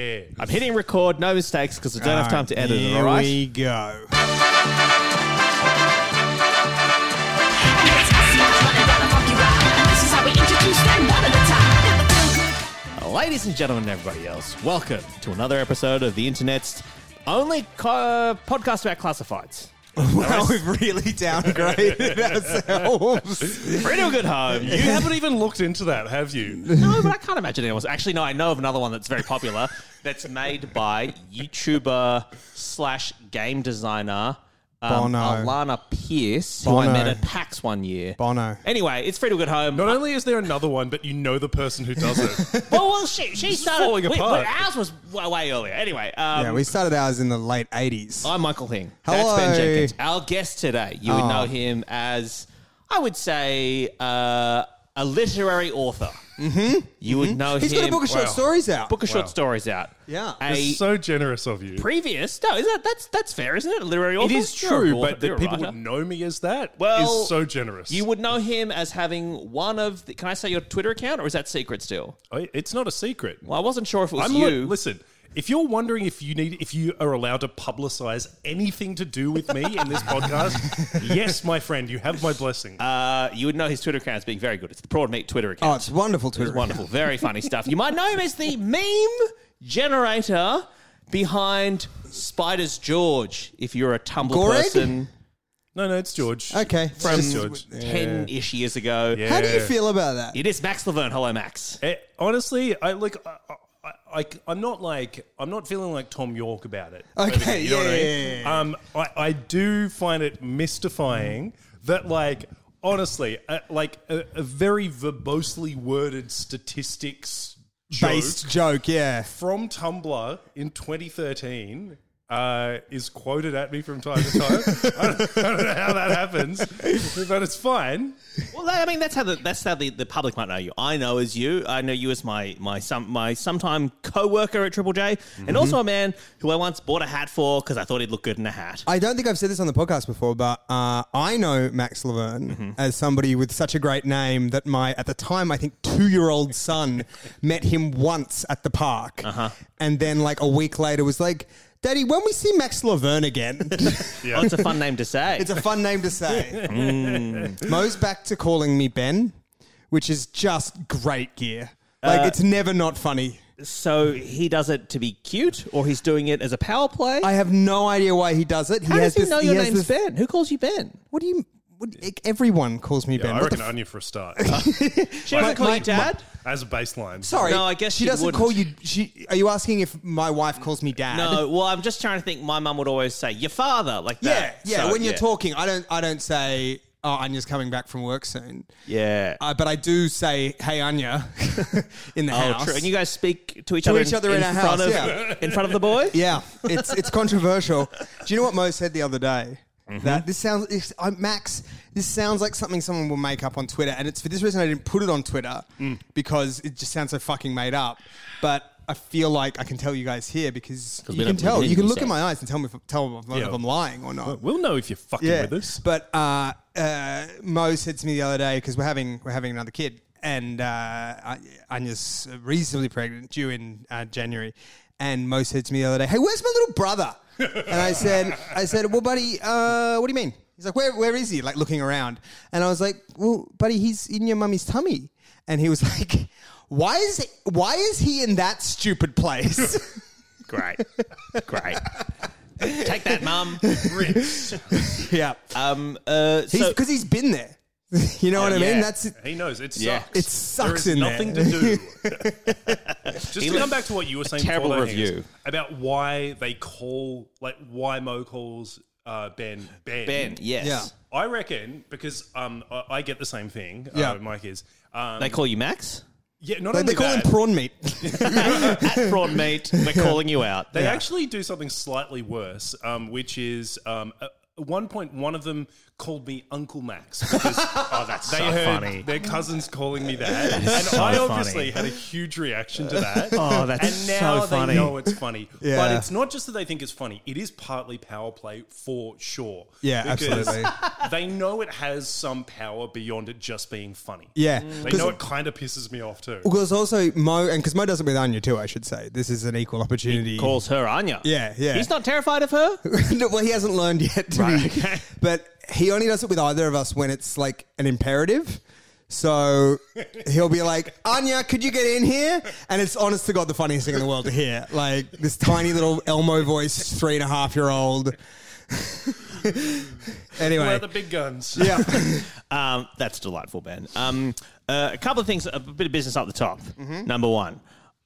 I'm hitting record, no mistakes, because I don't have time to edit it, Here all right? we go. Ladies and gentlemen, and everybody else, welcome to another episode of the internet's only co- uh, podcast about classifieds. Well, we've really downgraded ourselves. Pretty good home. You haven't even looked into that, have you? no, but I can't imagine anyone's. Actually, no, I know of another one that's very popular that's made by YouTuber slash game designer um, Bono. Alana Pierce, who I Bono. met at PAX one year. Bono. Anyway, it's free to good home. Not only is there another one, but you know the person who does it. well, well, she, she started. falling we- apart. but ours was way, way earlier. Anyway, um, Yeah, we started ours in the late 80s. I'm Michael Hing. Hello. That's Ben Jenkins. Our guest today, you would Oh. know him as, I would say, uh, a literary author. Mm-hmm. You would know He's him. got a book of short Wow. stories out. book of Wow. short stories out. Yeah. A so generous of you. previous. No, is that that's that's fair, isn't it? A literary It author. is You're a true, author, but that you're a people writer. would know me as that is Well, so generous. You would know him as having one of. The, can I say your Twitter account, or is that secret still? I- it's not a secret. Well, I wasn't sure if it was I'm you. li- listen. If you're wondering if you need if you are allowed to publicize anything to do with me in this podcast, yes, my friend, you have my blessing. Uh, you would know his Twitter account as being very good. It's the Broad Meat Twitter account. oh, it's wonderful Twitter. It's wonderful. Very funny stuff. You might know him as the meme generator behind Spiders George, if you're a Tumblr Goreg? person no, no, it's George. Okay. from Just- George. 10 ish years ago. Yeah. How do you feel about that? It is Max Laverne. Hello, Max. Eh, honestly, I like. I, I, I, I'm not like I'm not feeling like Tom York about it. Okay, Basically, yeah, I yeah, Um, I, I do find it mystifying that like honestly, uh, like a, a very verbosely worded statistics joke Based joke, yeah. from Tumblr in 2013 uh, is quoted at me from time to time. I, don't, I don't know how that happens, but it's fine. Well, I mean, that's how the that's how the, the public might know you. I know as you. I know you as my my some my sometime co-worker at Triple J, Mm-hmm. and also a man who I once bought a hat for because I thought he'd look good in a hat. I don't think I've said this on the podcast before, but uh, I know Max Laverne Mm-hmm. as somebody with such a great name that my, at the time, I think two year old son met him once at the park. Uh-huh. And then, like, a week later was like, Daddy, when we see Max Laverne again, Oh, it's a fun name to say. it's a fun name to say. Mm. Mo's back to calling me Ben, which is just great gear. Uh, Like, it's never not funny. so he does it to be cute, or he's doing it as a power play. I have no idea why he does it. He How does has he this- know your has name's this- Ben? Who calls you Ben? What do you. what- e, Everyone calls me Ben. I What the reckon Anya for a start She doesn't call my- you Dad. as a baseline. Sorry. No, I guess she she doesn't wouldn't. call you. She are you asking if my wife calls me dad? no, well, I'm just trying to think. My mum would always say your father, like Yeah, that. yeah. So, when you're yeah. talking, I don't. I don't say. Oh, Anya's coming back from work soon. yeah. Uh, but I do say, "Hey, Anya," in the Oh, house. true. And you guys speak to each To other, each in, other in our front house, of yeah. in front of the boy. yeah, it's it's controversial. Do you know what Mo said the other day? That this sounds, it's, I, Max. This sounds like something someone will make up on Twitter, and it's for this reason I didn't put it on Twitter because it just sounds so fucking made up. But I feel like I can tell you guys here because we you can don't tell. believe You can you look say. in my eyes and tell me if, tell if, Yeah. if I'm lying or not. We'll know if you're fucking Yeah, with us. but uh, uh, Mo said to me the other day because we're having we're having another kid, and uh, Anya's reasonably pregnant, due in uh, January. And Mo said to me the other day, "Hey, where's my little brother?" and I said, "I said, well, buddy, uh, what do you mean?" He's like, "Where where is he?" Like looking around, and I was like, "Well, buddy, he's in your mummy's tummy," and he was like. Why is why is he in that stupid place? Great, great. Take that, mum. yeah, Um, uh, because so, he's been there. you know what I mean? yeah. That's He knows it sucks. Yeah. It sucks there is in nothing there. to do. Just to left come back to what you were saying, terrible before, though, review. Hanks, about why they call like why Mo calls uh, Ben Ben Ben, yes, Yeah. I reckon because um I, I get the same thing. Yeah. uh, Mike is. Um, they call you Max. yeah, not They, only they call that, him prawn meat. At prawn meat, we're calling you out. They actually do something slightly worse, um, which is um, at one uh, point one of them called me Uncle Max because Oh, that's they so heard funny. their cousins calling me that, and so I funny. obviously had a huge reaction to that. Oh, that's and now so funny. they know it's funny. Yeah. But it's not just that they think it's funny; it is partly power play for sure. Yeah, Because absolutely. They know it has some power beyond it just being funny. Yeah, they 'cause- know it kind of pisses me off too. Because also Mo, and because Mo does it with Anya too, I should say. This is an equal opportunity. Calls her Anya. Yeah, yeah. He's not terrified of her. No, well, he hasn't learned yet. To Right, be- okay. But he only does it with either of us when it's like an imperative. So he'll be like, Anya, could you get in here? And it's honest to God the funniest thing in the world to hear. Like this tiny little Elmo voice, three and a half year old. anyway. Where are the big guns? yeah. Um, that's delightful, Ben. Um, uh, a couple of things, a bit of business up the top. Mm-hmm. Number one,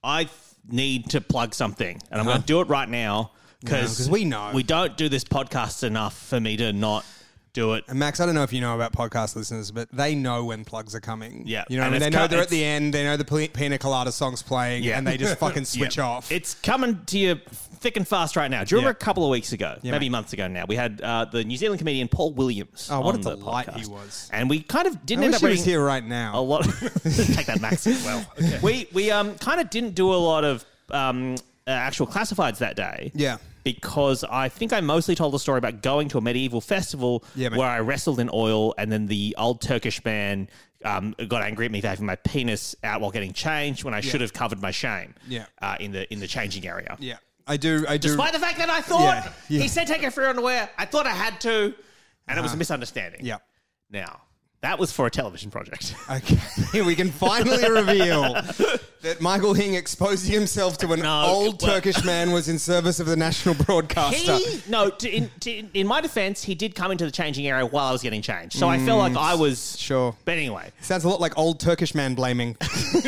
I th- need to plug something, and I'm going to do it right now because Uh-huh. 'cause we know. we don't do this podcast enough for me to not do it. And Max, I don't know if you know about podcast listeners, but they know when plugs are coming. Yeah. You know, what I And mean? they it's know cut- they're at it's- the end, they know the pli- Pina Colada song's playing, Yeah. and they just fucking switch off. It's coming to you thick and fast right now. Do you remember Yeah. a couple of weeks ago, maybe mate. months ago now, we had uh, the New Zealand comedian Paul Williams. Oh, what on a the delight podcast. he was. And we kind of didn't I end wish up he was reading- here right a now. lot. take that, Max. well, we we um kind of didn't do a lot of um uh, actual classifieds that day. Yeah. Because I think I mostly told the story about going to a medieval festival Yeah, mate. where I wrestled in oil, and then the old Turkish man um, got angry at me for having my penis out while getting changed when I should have covered my shame. Yeah. Uh, in the in the changing area. Yeah. I do. I do. Despite the fact that I thought Yeah, yeah. Uh-huh. he said take it for your underwear, I thought I had to, and it was a misunderstanding. yeah. Now that was for a television project. Okay, we can finally reveal that Michael Hing exposing himself to an No, old well- Turkish man was in service of the national broadcaster. He no. To, in, to, in my defense, he did come into the changing area while I was getting changed, so I felt like Mm. I was sure. But anyway, Sounds a lot like old Turkish man blaming. again,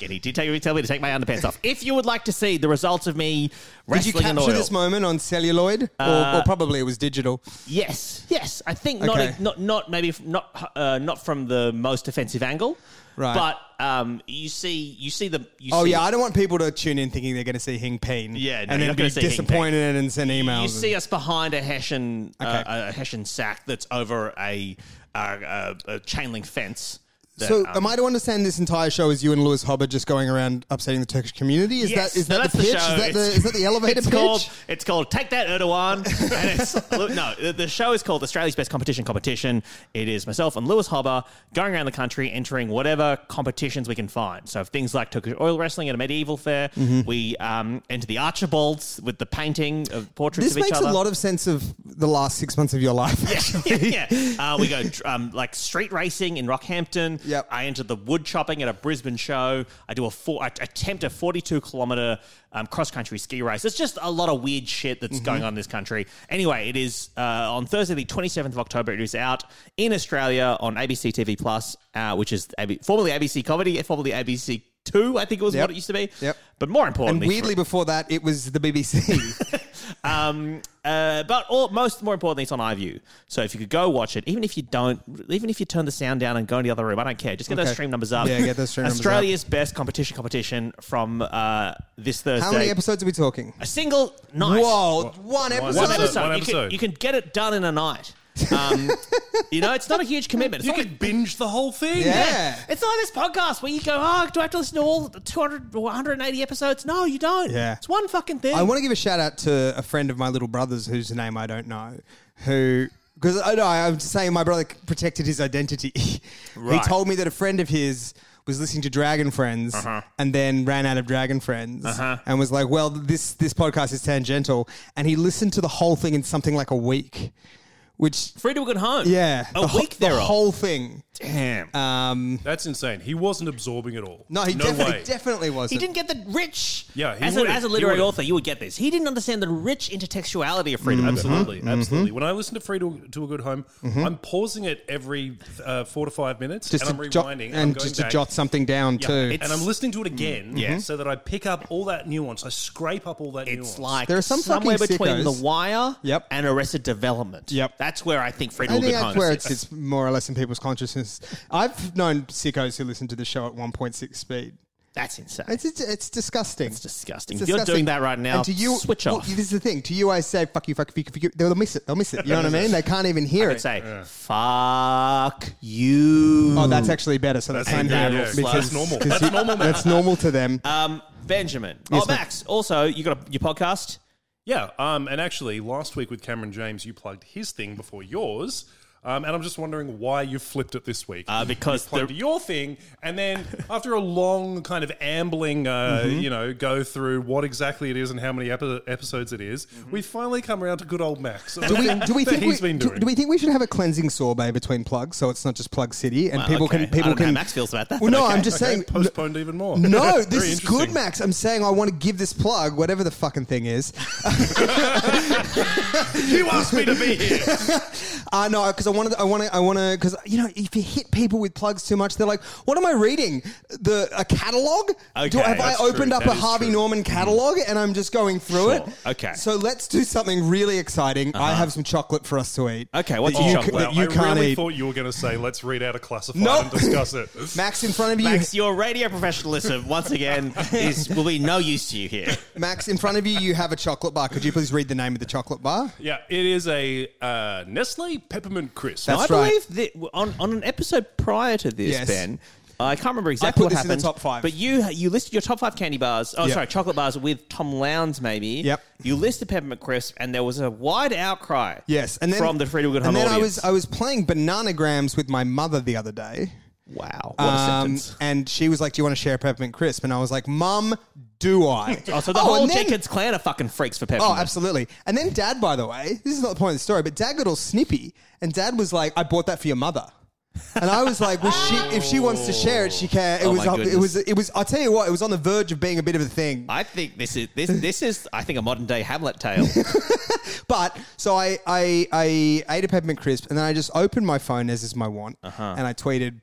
he did take, tell me to take my underpants off. If you would like to see the results of me Did you wrestling in oil, capture Uh, this moment on celluloid, or, or probably it was digital? yes, yes, I think Okay. not, not, not maybe f- not, uh, not from the most offensive angle, Right. But um, you see, you see the. You Oh see, yeah, I don't want people to tune in thinking they're going to see Hing Peen. Yeah, no, and you're then not be gonna see Hing disappointed and send emails. You and- see us behind a Hessian, Okay. uh, a Hessian sack that's over a, uh uh a chain link fence. that, so um, am I to understand this entire show as you and Lewis Hobbit just going around upsetting the Turkish community? Is Yes, that is no, that's that the the pitch? show. Is that the, It's- is that the elevator It's pitch? called it's called Take That Erdogan, and it's look, no. the- The show is called Australia's Best Competition Competition. It is myself and Lewis Hobber going around the country entering whatever competitions we can find. So if things like Turkish oil wrestling at a medieval fair, Mm-hmm. we um, enter the Archibalds with the painting of portraits This of each makes other. a lot of sense of the last six months of your life. yeah, yeah. Uh, we go um, like street racing in Rockhampton. Yep. I entered the wood chopping at a Brisbane show. I do a four, I attempt a 42 kilometer um, cross country ski race. It's just a lot of weird shit Mm-hmm. that's going on in this country. Anyway, it is uh, on Thursday, the 27th of October. It is out in Australia on ABC TV Plus, uh, which is AB, formerly ABC Comedy, formerly ABC. Two, I think it was Yep. what it used to be. Yep. But more And importantly, weirdly, before that, it was the BBC. um, uh, but all, most more importantly, it's on iView. So if you could go watch it, even if you don't, even if you turn the sound down and go in the other room, I don't care. Just get those Okay. stream numbers up. Yeah, get those stream numbers up. Australia's best competition competition from uh, this Thursday. How many episodes are we talking? A single night. Whoa, one episode. One episode. episode. One You, can, episode. you can get it done in a night. Um, you know, it's not a huge commitment. It's You not like- could binge the whole thing. Yeah. It's not like this podcast where you go, oh, do I have to listen to all 200 or 180 episodes? No, you don't. Yeah. It's one fucking thing. I want to give a shout out to a friend of my little brother's whose name I don't know, who because I know I'm just saying my brother protected his identity. Right. he told me that a friend of his was listening to Dragon Friends Uh-huh. and then ran out of Dragon Friends and was like, "Well, this this podcast is tangential," and he listened to the whole thing in something like a week, which. Free to a good home. Yeah, A the, whole- week the thereof. whole thing. Damn. Um, That's insane. He wasn't absorbing it all. no, he definitely, way. definitely He wasn't. didn't get the rich. Yeah, he as, a, would've. as a He literary would've. author, you would get this. He didn't understand the rich intertextuality of freedom. Absolutely, absolutely. When I listen to Free to, to a Good Home, I'm pausing it every uh, four to five minutes, just and I'm to rewinding, jot, I'm and going just back. to jot something down Yeah, too. and I'm listening to it again, Yeah. so that I pick up all that nuance. I scrape up all that nuance. It's like There are some somewhere fucking between sickos. The Wire Yep. and Arrested Development. Yep. That's where I think Freedom I will Good think that's Home where is. it's, it's more or less in people's consciousness. I've known sickos who listen to the show at 1.6 speed. That's insane. It's, it's, it's disgusting. It's disgusting. If you're doing that right now, switch well, off. this is the thing. To you, I say, fuck you, fuck you, fuck you, fuck you. They'll miss it. They'll miss it. You know what I mean? They can't even hear I'd it. say, fuck you. Oh, that's actually better. So that's That's fine. angry. Yeah, Yeah, because- yeah. That's normal. 'cause That's you- normal, man. That's normal to them. Um, Benjamin. oh, ma'am. Max. Also, you got a, your podcast. Yeah, um, and actually, last week with Cameron James, you plugged his thing before yours, um, and I'm just wondering why you flipped it this week. Uh, because you plugged the- your thing, and then after a long kind of ambling, uh, Mm-hmm. you know, go through what exactly it is and how many epi- episodes it is, we finally come around to good old Max. Mm-hmm. do we, do we that think he's we, been do- doing? do we think we should have a cleansing sorbet between plugs so it's not just plug city and Well, people okay. can I people don't know can how Max feels about that, Well, but no, okay. I'm just saying. postponed even more? No, Very this is good, interesting. Max. I'm saying I want to give this plug, whatever the fucking thing is. You asked me to be here. Uh, no, because I want to, I want to, I want to, because you know, if you hit people with plugs too much, they're like, "What am I reading? The a catalog? Do, Okay, have I that's opened true. up That a is Harvey true. Norman catalog and I'm just going Sure. through it? Okay. So let's do something really exciting. I have some chocolate for us to eat. Okay, what's That your you chocolate? ca- Wow, that you I can't really eat. thought you were going to say, let's read out a classified No. and discuss it. Max in front of you. Max, your radio professionalism once again is will be no use to you here. Max, in front of you, you have a chocolate bar. Could you please read the name of the chocolate bar? Yeah, it is a uh, Nestle peppermint crisp. That's I right. believe that on, on an episode prior to this, Yes. Ben. I can't remember exactly put what this in the happened. top five. But you you listed your top five candy bars. Oh, Yep. sorry, chocolate bars with Tom Lowndes, maybe. Yep. You listed peppermint crisp, and there was a wide outcry. Yes, and then from the Free to Good Hunt And then audience. I was I was playing bananagrams with my mother the other day. wow, what a Um, sentence. and she was like, "Do you want to share a peppermint crisp?" And I was like, "Mum, do I?" Oh, so the and whole then- Jenkins clan are fucking freaks for Oh, peppermint. absolutely. And then Dad, by the way, this is not the point of the story, but Dad got all snippy, and Dad was like, "I bought that for your mother." And I was like, "Well, she, if she wants to share it, she can." It Oh, was, my it was, it was. I'll tell you what, it was on the verge of being a bit of a thing. I think this is this this is I think a modern day Hamlet tale. But so I, I I ate a peppermint crisp and then I just opened my phone as is my want Uh-huh. and I tweeted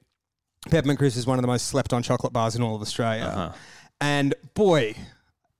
peppermint crisp is one of the most slept on chocolate bars in all of Australia. Uh-huh. And boy,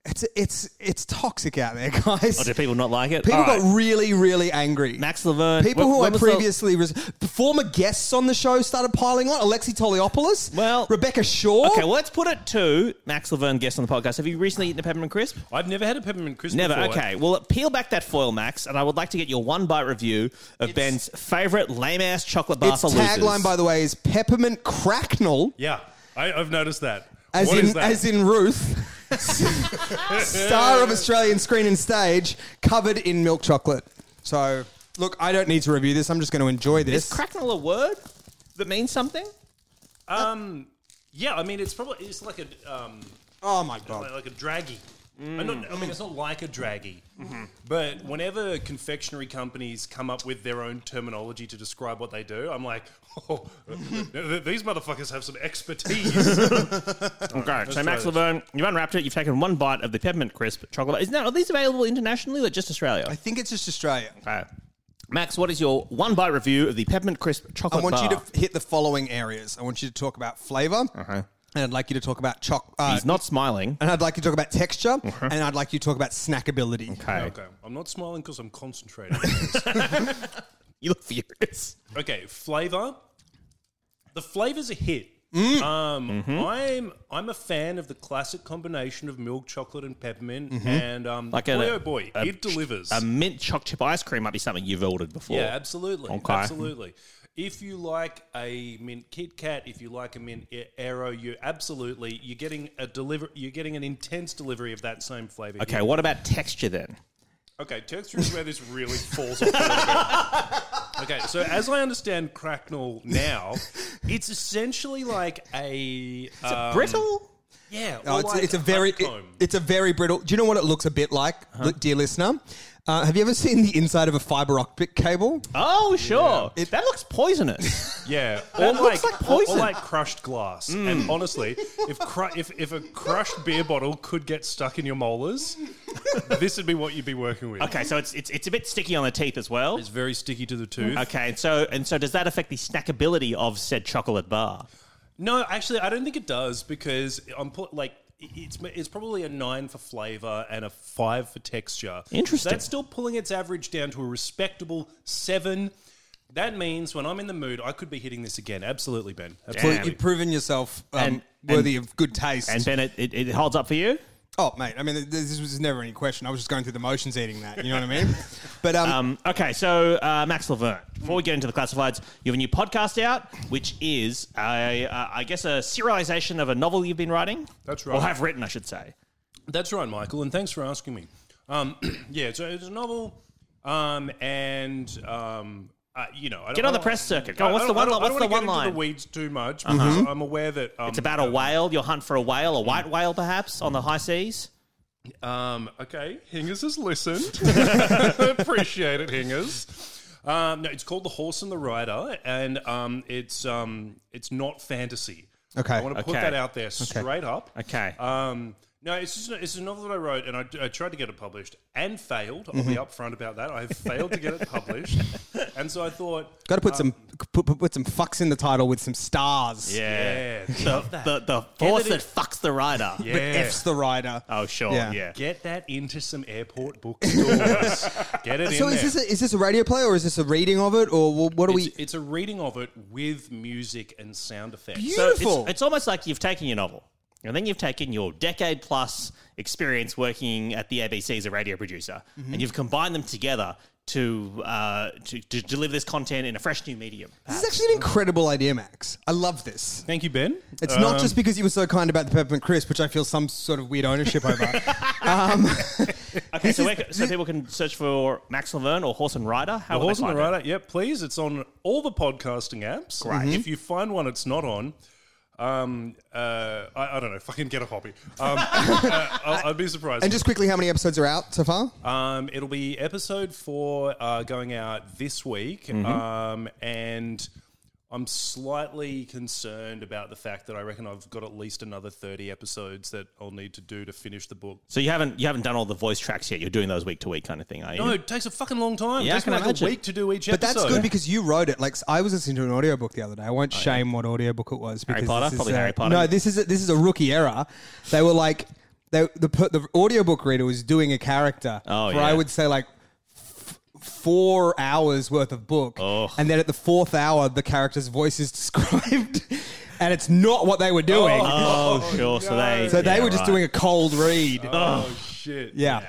it's it's it's toxic out there, guys. or do people not like it? People All right. got really really angry. Max Laverne. People Wh- who when I was the- previously res- former guests on the show started piling on. Alexi Toliopoulos, Well- Rebecca Shaw. Okay, well, let's put it to Max Laverne, guest on the podcast. Have you recently eaten a peppermint crisp? I've never had a peppermint crisp. Never. Before. Okay. Well, peel back that foil, Max, and I would like to get your one bite review of Ben's favorite lame ass chocolate bar its for losers. tagline, by the way, is peppermint cracknell. Yeah, I, I've noticed that. as What in is that? as in Ruth, star of Australian screen and stage, covered in milk chocolate. So look, I don't need to review this. I'm just going to enjoy is this. cracknell a word that means something? yeah, I mean, it's probably it's like a um, oh my like, god! like a draggy. Mm. I'm not- I mean, it's not like a draggy, Mm-hmm. but whenever confectionery companies come up with their own terminology to describe what they do, I'm like, oh, th- th- these motherfuckers have some expertise. Okay. So, try Max this. Laverne, you've unwrapped it. You've taken one bite of the peppermint crisp chocolate. bar. Is now are these available internationally or just Australia? I think it's just Australia. Okay. Max, what is your one bite review of the peppermint crisp I chocolate want bar? you to f- hit the following areas. I want you to talk about flavor, and I'd like you to talk about choc. Uh, He's not smiling. and I'd like you to talk about texture, and I'd like you to talk about snackability. Okay. okay, I'm not smiling because I'm concentrating. You look furious. Okay, flavor. The flavor's a hit. Mm. Um, Mm-hmm. I'm I'm a fan of the classic combination of milk chocolate and peppermint, and um, Mm-hmm. Like boy a- oh boy, it delivers. A mint choc chip ice cream might be something you've ordered before. yeah, absolutely, Okay. absolutely. If you like a mint Kit Kat, if you like a mint A- Aero, you absolutely you're getting a deliver. You're getting an intense delivery of that same flavor. Okay, what about texture then? Okay, texture is where this really falls off. a little bit. okay, so as I understand cracknell now, it's essentially like a uh, Brittle? yeah, Oh, or it's, like it's a very it- honeycomb. it's a very brittle. Do you know what it looks a bit like, li- dear listener? Uh, have you ever seen the inside of a fiber optic cable? Oh, sure. that looks poisonous. yeah, That or like, Mm. looks like poison. or like crushed glass. And honestly, if, cru- if if a crushed beer bottle could get stuck in your molars, this would be what you'd be working with. okay, so it's, it's it's a bit sticky on the teeth as well. It's very sticky to the tooth. Okay, and so and so does that affect the snackability of said chocolate bar? No, actually, I don't think it does because I'm put like it's it's probably a nine for flavor and a five for texture. Interesting. That's still pulling its average down to a respectable seven. That means when I'm in the mood, I could be hitting this again. Absolutely, Ben. Well, Absolutely. Damn. you've proven yourself um, And- and- worthy of good taste. And Bennett, it, it holds up for you. oh, mate, I mean, th- this was never any question. I was just going through the motions eating that. You know what I mean? But um, Um, okay, so uh, Max Laverne. Before we get into the classifieds, you have a new podcast out, which is a, uh, I guess a serialization of a novel you've been writing. That's right. Or have written, I should say. That's right, Michael, and thanks for asking me. Um, yeah, so it's a novel, um, and um, uh, you know, I don't, Get on I the don't- press circuit. Go on, I what's the don't- one- I don't- what's the I don't wanna one get into line? Mm-hmm. the weeds too much because I'm aware that um, It's about a whale. Your hunt for a whale, a white whale, perhaps, on the high seas. Um, okay, Hingers has listened. Appreciate it, Hingers. Um, no, it's called The Horse and the Rider, and um, it's um, it's not fantasy. Okay. I want to put Okay. that out there straight up. Okay. Um, no, it's just a, it's a novel that I wrote, and I, I tried to get it published and failed. I'll be Mm-hmm. upfront about that. I have failed to get it published, and so I thought, Got to put uh, some put, put, put some fucks in the title with some stars. yeah, The, the, the force it that fucks the rider. But yeah. F's the rider. Oh, sure. Yeah. Yeah. Get that into some airport bookstores. Get it in so there. is this a, is this a radio play or is this a reading of it or wh- what are we? It's, it's a reading of it with music and sound effects. So it's, Beautiful. it's almost like you've taken your novel, and then you've taken your decade plus experience working at the ABC as a radio producer, Mm-hmm. and you've combined them together to, uh, to to deliver this content in a fresh new medium. this is actually an incredible idea, Max. I love this. Thank you, Ben. Uh, It's Um, not just because you were so kind about the peppermint crisp, which I feel some sort of weird ownership over. um, Okay, so, where, so people can search for Max Laverne or Horse and Rider. How The will Horse they and the find Rider. Yeah, please. It's on all the podcasting apps. Great. Mm-hmm. If you find one it's not on, um, uh, I, I don't know. Fucking get a hobby. Um, uh, I, I'd be surprised. and just quickly, how many episodes are out so far? um, it'll be episode four uh, going out this week, Mm-hmm. um, and I'm slightly concerned about the fact that I reckon I've got at least another 30 episodes that I'll need to do to finish the book. So you haven't you haven't done all the voice tracks yet. You're doing those week to week kind of thing, are you? No, it takes a fucking long time. Yeah, I Just can like imagine. a week to do each But episode. that's good because you wrote it. Like s- I was listening to an audiobook the other day. I won't shame what audiobook it was. Because Potter? this is Probably a- Harry Potter. No, this is a, this is a rookie error. They were like they, the per- the audiobook reader was doing a character Oh, for yeah. I would say like f- four hours worth of book, and then at the fourth hour the character's voice is described, and it's not what they were doing. Oh, sure. So they so they yeah, were just right. doing a cold read. Oh, shit. Yeah.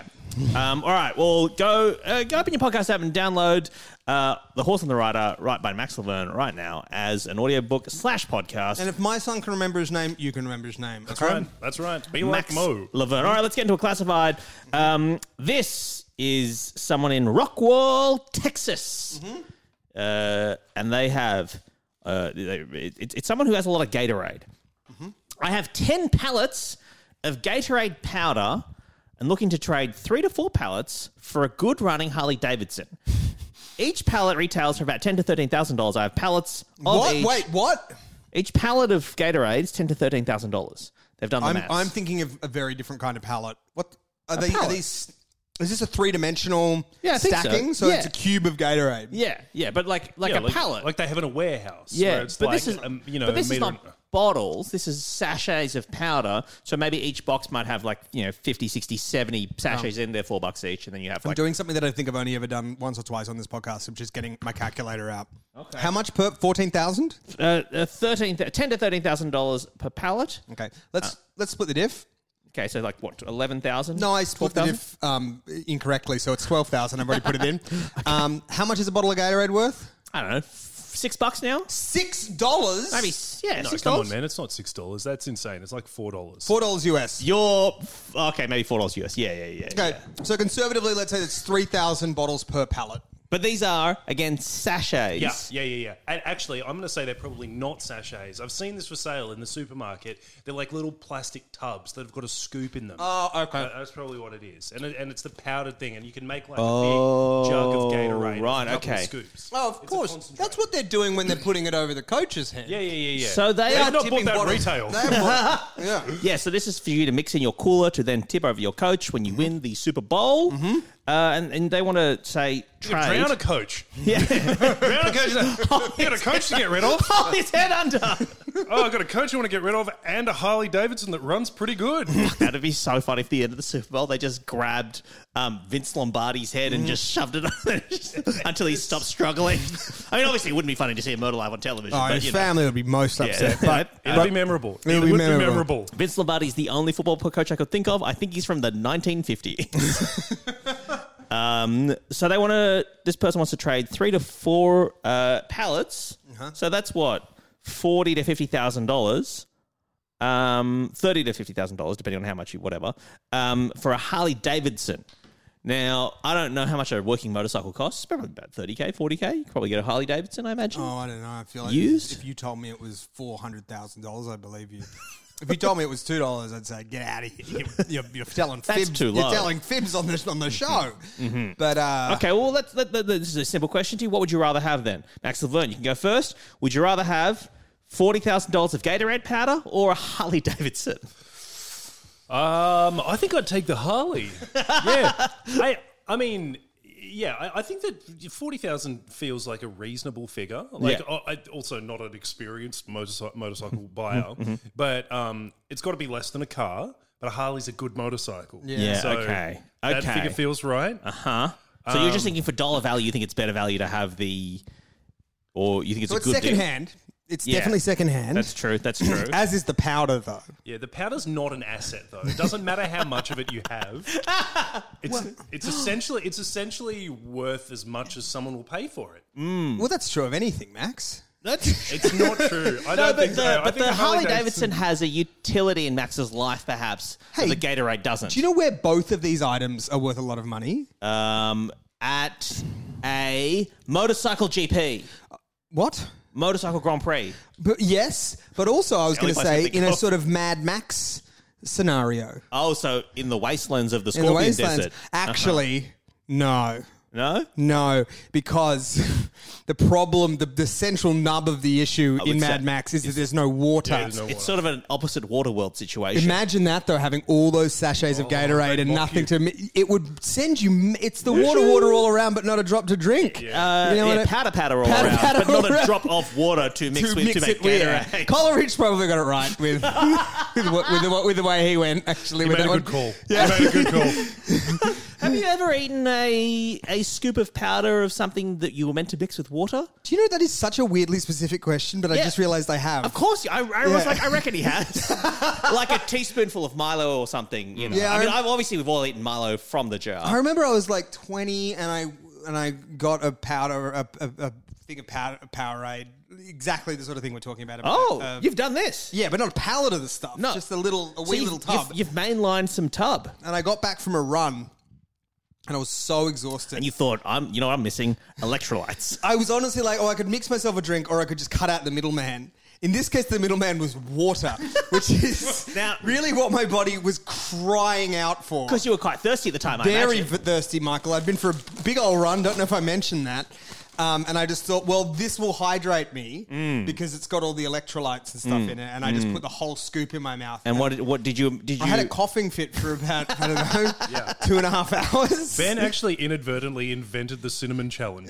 Um, all right, well, go uh, go open your podcast app and download uh, The Horse and the Rider, right by Max Laverne, right now as an audiobook slash podcast. And if my son can remember his name, you can remember his name. That's right. That's right. Be Max like Mo. Laverne. All right, let's get into a classified. Um, this is someone in Rockwall, Texas, Mm-hmm. uh, and they have uh, they, it, it's- it's someone who has a lot of Gatorade. Mm-hmm. I have ten pallets of Gatorade powder. And looking to trade three to four pallets for a good running Harley Davidson. Each pallet retails for about ten to thirteen thousand dollars. I have pallets of What? each. Wait, what? Each pallet of Gatorade is ten to thirteen thousand dollars. They've done the I'm, maths. I'm thinking of a very different kind of palette. What are they? Are palette. these? Is this a three dimensional Yeah, I think so. stacking? So, Yeah. it's a cube of Gatorade. Yeah, yeah, but like like Yeah, a like, pallet. Like they have in a warehouse. yeah, Where it's but like, this is um, you know, but a this is meter not and- bottles. This is sachets of powder. So maybe each box might have like, you know, 50, 60, 70 sachets Oh. in there, 4 bucks each and then you have I'm like doing something that I think I've only ever done once or twice on this podcast, which is getting my calculator out. Okay. How much per fourteen thousand? uh, uh, 13 10 to 13,000 dollars per pallet. Okay, let's Ah. let's split the diff. Okay, so like what? 11,000? No, I split the diff um, incorrectly, so it's twelve thousand. I've already put it in. um, how much is a bottle of Gatorade worth? I don't know. 6 bucks now? Six dollars. Maybe s- yeah, No, 6 come on, dollars. man. It's not six dollars. That's insane. It's like four dollars. four dollars US. You're f- okay, maybe four dollars US. Yeah, yeah, yeah. Okay, yeah. so conservatively, let's say that's three thousand bottles per pallet. But these are again sachets. Yeah, yeah, yeah, yeah. And actually, I'm going to say they're probably not sachets. I've seen this for sale in the supermarket. They're like little plastic tubs that have got a scoop in them. Oh, okay. Uh, that's probably what it is. And it, and it's the powdered thing, and you can make like a big jug of Gatorade. with Oh, a right, couple okay. scoops. Oh, of It's a course. concentrate. That's what they're doing when they're putting it over the coach's head. Yeah, yeah, yeah, yeah. So they They've are not tipping bought that bottles. retail. They have one. yeah. Yeah, so this is for you to mix in your cooler to then tip over your coach when you win the Super Bowl. Mm-hmm. Uh, and, and they want to say trade. Drown a coach. yeah. Drown a coach. Get a coach to get rid of. oh, his head under. oh, I got a coach I want to get rid of and a Harley Davidson that runs pretty good. That'd be so funny if at the end of the Super Bowl they just grabbed um, Vince Lombardi's head and just shoved it on until he stopped struggling. I mean, obviously, it wouldn't be funny to see a murder live on television. Oh, but, his you know. family would be most upset. But, It'd be memorable. It'll be would memorable. Vince Lombardi's the only football coach I could think of. I think he's from the 1950s. um, so they want to. This person wants to trade three to four uh, pallets. So that's what forty to fifty thousand dollars. Um, thirty to fifty thousand dollars, depending on how much you whatever. Um, for a Harley Davidson. Now I don't know how much a working motorcycle costs. Probably about thirty k, forty k. You could probably get a Harley Davidson, I imagine. oh, I don't know. I feel like Used? if you told me it was four hundred thousand dollars, I believe you. If you told me it was two dollars, I'd say get out of here. You're, you're telling That's fibs. too low. You're telling fibs on this on the show. But uh, Okay, well, let's, let, let- this is a simple question to you. What would you rather have then? Max Laverne, you can go first. Would you rather have $40,000 of Gatorade powder or a Harley Davidson? Um, I think I'd take the Harley. yeah, I, I mean, yeah, I, I think that forty thousand feels like a reasonable figure. Like, Yeah. Mm-hmm. I, I- also not an experienced motorcycle, motorcycle buyer, but um, it's got to be less than a car. But a Harley's a good motorcycle. Yeah, okay, That okay. figure feels right. Huh? So you're just thinking for dollar value, you think it's better value to have the. Or you think it's so a it's good deal? secondhand. It's Yeah. definitely secondhand. That's true. That's true. As is the powder, though. Yeah, the powder's not an asset though. It doesn't matter how much of it you have. It's it's essentially it's essentially worth as much as someone will pay for it. Well, that's true of anything, Max. That's It's not true. no, I don't but think the, so. I but think the Harley Davidson has a utility in Max's life, perhaps. that Hey, the Gatorade doesn't. Do you know where both of these items are worth a lot of money? um, at a motorcycle GP, what? motorcycle Grand Prix. But yes, but also I was only going to place I say think in a of. sort of Mad Max scenario Oh, so in the wastelands of the in the Scorpion wastelands. Desert. Actually, no, No? no, because the problem, the, the central nub of the issue in it's Mad that- Max is that there's no water. Yeah, there's no It's sort of an opposite water world situation. Imagine that though, having all those sachets of Gatorade they'd and mock nothing you. to mi- it would send you. m- It's the water, water all around, but not a drop to drink. uh, You know yeah, what I- powder powder all Powder around, powder but not all a around. drop of water to mix to with mix to make it with. Gatorade. Coleridge probably got it right with with, what, with, the, what- with the way he went. Actually, You with made a that good one. call. Yeah. You made a good call. Have you ever eaten a a scoop of powder of something that you were meant to mix with water? Do you know that is such a weirdly specific question? But I Yeah. just realized I have. Of course, I, I was Yeah. like, I reckon he has, like a teaspoonful of Milo or something. You know, Yeah, I mean, I- I've obviously we've all eaten Milo from the jar. I remember I was like twenty, and I and I got a powder, a, a, a thing of powder, a Powerade, exactly the sort of thing we're talking about. oh, Uh, you've done this. yeah, but not a pallet of the stuff. No. just a little, a So wee you've- little tub. You've, you've mainlined some tub, and I got back from a run, and I was so exhausted. and you thought, I'm, you know, I'm missing electrolytes. I was honestly like, oh, I could mix myself a drink or I could just cut out the middleman. In this case, the middleman was water, which is Now- really what my body was crying out for. Because you were quite thirsty at the time. I Very imagine. v- thirsty, Michael. I'd been for a big old run. Don't know if I mentioned that. Um, and I just thought, well, this will hydrate me Mm. because it's got all the electrolytes and stuff in it. And I just put the whole scoop in my mouth. And what did, what did you did you? I had a coughing fit for about, I don't know, two and a half hours. Ben actually inadvertently invented the cinnamon challenge.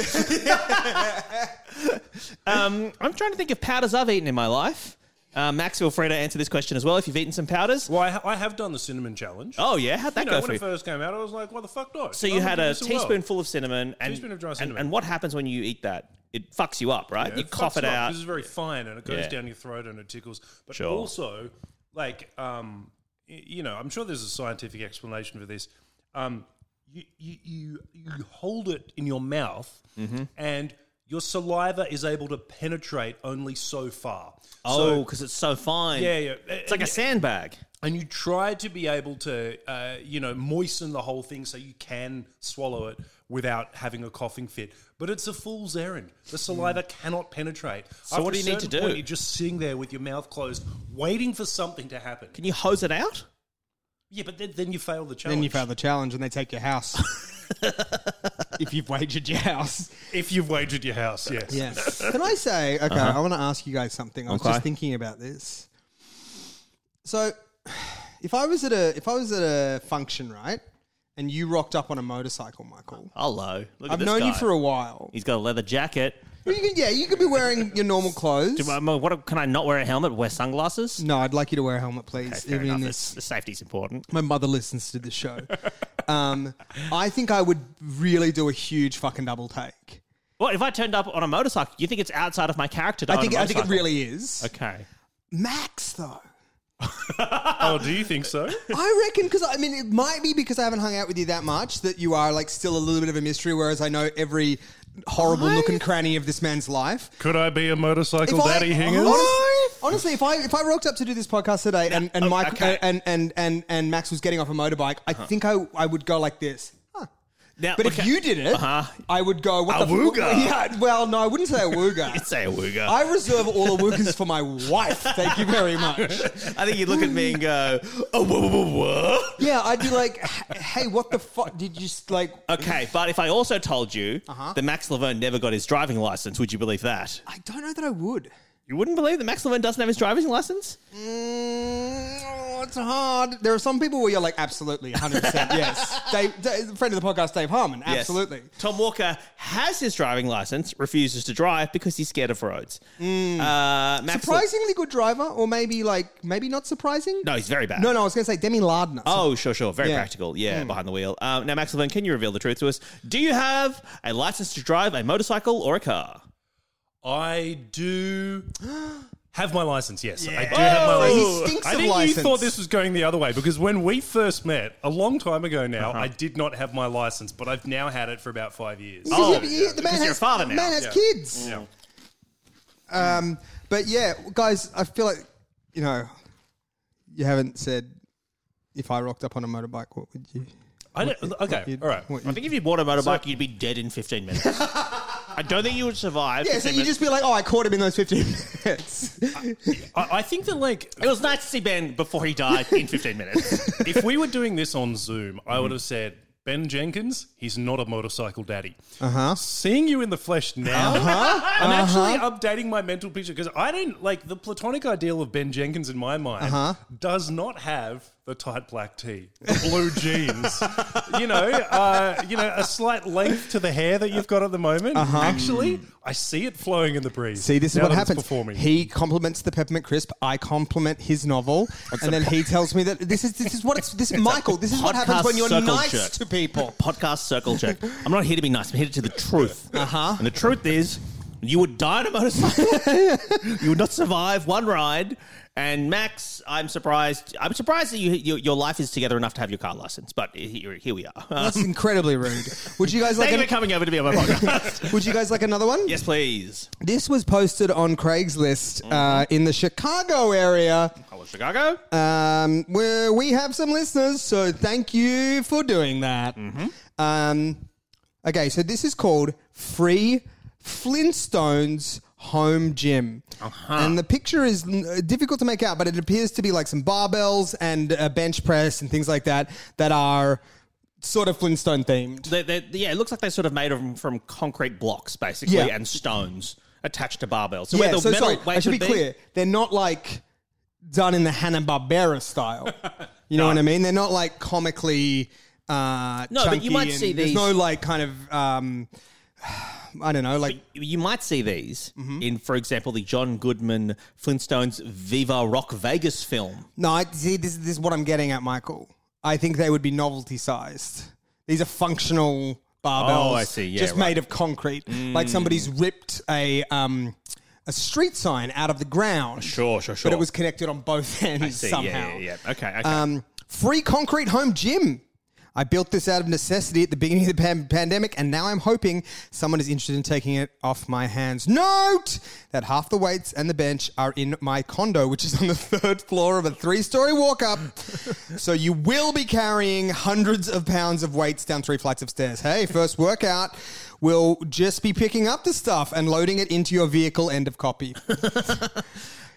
um, I'm trying to think of powders I've eaten in my life. Uh, Max, feel free to answer this question as well. If you've eaten some powders, well, I, ha- I have done the cinnamon challenge. oh yeah, how'd that you know, go when for it you? first came out, I was like, "Why the fuck not?" So you had a teaspoonful of cinnamon, and, Teaspoon of dry and- cinnamon. And, what happens when you eat that? It fucks you up, right? you cough it out. This is very fine, and it goes Yeah. down your throat and it tickles. But Sure. also, like, um, y- you know, I'm sure there's a scientific explanation for this. Um, you, you you you hold it in your mouth, Mm-hmm. and your saliva is able to penetrate only so far. Oh, So- because it's so fine. yeah, yeah. It's like a sandbag. and you try to be able to, uh, you know, moisten the whole thing so you can swallow it without having a coughing fit. But it's a fool's errand. The saliva cannot penetrate. So what do you need to do? you're just sitting there with your mouth closed, waiting for something to happen. Can you hose it out? Yeah, but then, then you fail the challenge. Then you fail the challenge and they take your house. if you've wagered your house. if you've wagered your house. Yes. Yes. Can I say, okay, I want to ask you guys something. I was Uh-huh. Okay. just thinking about this. So if I was at a if I was at a function, right? and you rocked up on a motorcycle, Michael. Hello. Look at I've this known you guy. for a while. He's got a leather jacket. You can, yeah, you could be wearing your normal clothes. Um, what can I not wear a helmet? Wear sunglasses? No, I'd like you to wear a helmet, please. Fair even enough. in this, It's- Safety's important. my mother listens to the show. um, I think I would really do a huge fucking double take. Well, if I turned up on a motorcycle, you think it's outside of my character? to I own a think I think it motorcycle? really is. Okay. Max though. Oh, do you think so? I reckon because I mean it might be because I haven't hung out with you that much that you are like still a little bit of a mystery, whereas I know every horrible nook and cranny of this man's life. Could I be a motorcycle daddy honest- hangers? honestly, if I if I rocked up to do this podcast today and and oh, Mike okay. and, and and and Max was getting off a motorbike, I think I I would go like this. Huh. Now, But okay. if you did it, I would go what the Awooga. fuck- Yeah, well, no, I wouldn't say a wooga. say a wooga. I reserve all the woogas for my wife. Thank you very much. I think you'd look at me and go, oh, whoa, whoa, whoa, whoa. Yeah, I'd be like, hey, what the fuck? Did you just like? Okay, but if I also told you that Max Laverne never got his driving license, would you believe that? I don't know that I would. You wouldn't believe that Max Laverne doesn't have his driving license? Mm, oh, it's hard. There are some people where you're like, absolutely, 100%. yes. Dave, Dave- friend of the podcast, Dave Harmon. Yes. Absolutely. Tom Walker has his driving license, refuses to drive because he's scared of roads. Uh, Max Surprisingly good driver, or maybe like, maybe not surprising? no, he's very bad. No, no, I was going to say Demi Lardner. Oh, sure, sure. Very Yeah. practical. Yeah, behind the wheel. Um, now, Max Laverne, can you reveal the truth to us? Do you have a license to drive a motorcycle or a car? I do have my license. Yes, I do have my He license. stinks I of think license. you thought this was going the other way because when we first met a long time ago now, I did not have my license, but I've now had it for about five years. Because Oh, you- you- yeah. the Because man has, you're a father now. the man has Yeah. kids. Yeah. Um, but yeah, guys, I feel like you know, you haven't said if I rocked up on a motorbike, what would you? I don't, okay, you'd- all right. what I think if you bought a motorbike, you'd be dead in 15 minutes. I don't think you would survive. Yeah, so 15 you minutes. just be like, oh, I caught him in those fifteen minutes. I, I think that like It was nice to see Ben before he died in 15 minutes. if we were doing this on Zoom, I would have said. Ben Jenkins, he's not a motorcycle daddy. Uh-huh. Seeing you in the flesh now, Uh-huh. I'm actually updating my mental picture because I don't like the platonic ideal of Ben Jenkins in my mind Uh-huh. does not have the tight black tee, the blue jeans, you know, uh, you know, a slight length to the hair that you've got at the moment. Actually, I see it flowing in the breeze. Uh-huh. See, this is now what that it's happens. before me. He compliments the peppermint crisp. I compliment his novel, and then he tells me that this is this is what it's this Michael. This is what happens podcast when you're circle nice jerk. to people. Podcast circle check. I'm not here to be nice. I'm here to the truth. Uh-huh. And the truth is, you would die on a motorcycle. you would not survive one ride. And Max, I'm surprised. I'm surprised that you, you, your life is together enough to have your car license. But here, here we are. Um, That's incredibly rude. Would you guys like? Thank you an- for coming over to be on my podcast. would you guys like another one? yes, please. This was posted on Craigslist uh, in the Chicago area, Hello, Chicago. um, where we have some listeners. So thank you for doing that. Um, okay, so this is called Free Flintstones Home Gym. And the picture is mm, difficult to make out, but it appears to be like some barbells and a bench press and things like that that are sort of Flintstone themed. They- they- yeah, it looks like they're sort of made of, from concrete blocks, basically, Yeah. and stones attached to barbells. So Yeah, where the so metal sorry, I weight should be would clear. They're not like done in the Hanna Barbera style. You know what I mean? They're not like comically uh, No, but you chunky might and see There's these- no like kind of um, I don't know, like You might see these Mm-hmm. in, for example, the John Goodman Flintstones Viva Rock Vegas film. no. I, see, this, this is what I'm getting at, Michael. I think they would be novelty sized. These are functional barbells. Oh, I see, yeah, just right. Mm. made of concrete. Like somebody's ripped a um, a street sign out of the ground. Sure, sure, sure. But it was connected on both ends See, somehow. Yeah, yeah, yeah. Okay, okay. Um, free concrete home gym. I built this out of necessity at the beginning of the pan- pandemic, and now I'm hoping someone is interested in taking it off my hands. Note that half the weights and the bench are in my condo, which is on the third floor of a three story walk up. so you will be carrying hundreds of pounds of weights down three flights of stairs. Hey, first workout. We'll just be picking up the stuff and loading it into your vehicle. End of copy.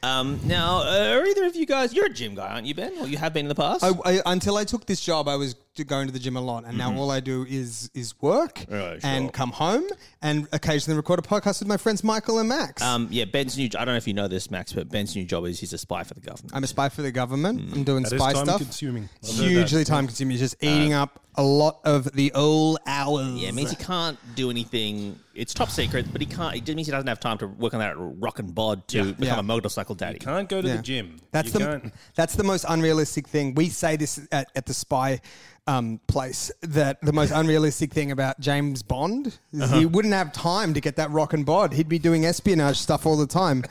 Um, now, uh, are either of you guys? You're a gym guy, aren't you, Ben? Or you have been in the past? I, I, until I took this job, I was to going to the gym a lot, and now all I do is is work Yeah, and sure. come home and occasionally record a podcast with my friends Michael and Max. Um, yeah, Ben's new. I don't know if you know this, Max, but Ben's new job is he's a spy for the government. I'm a spy for the government. I'm doing That is spy time stuff. consuming. I've heard Hugely time consuming. Just eating up a lot of the old hours. yeah, it means he can't do anything. It's top secret, but he can't. It means he doesn't have time to work on that rock and bod to become Yeah. a motorcycle daddy. Can't go to Yeah. the gym. That's the you Can't. that's the most unrealistic thing. We say this at, at the spy um, place that the most unrealistic thing about James Bond is Uh-huh. he wouldn't have time to get that rock and bod. He'd be doing espionage stuff all the time.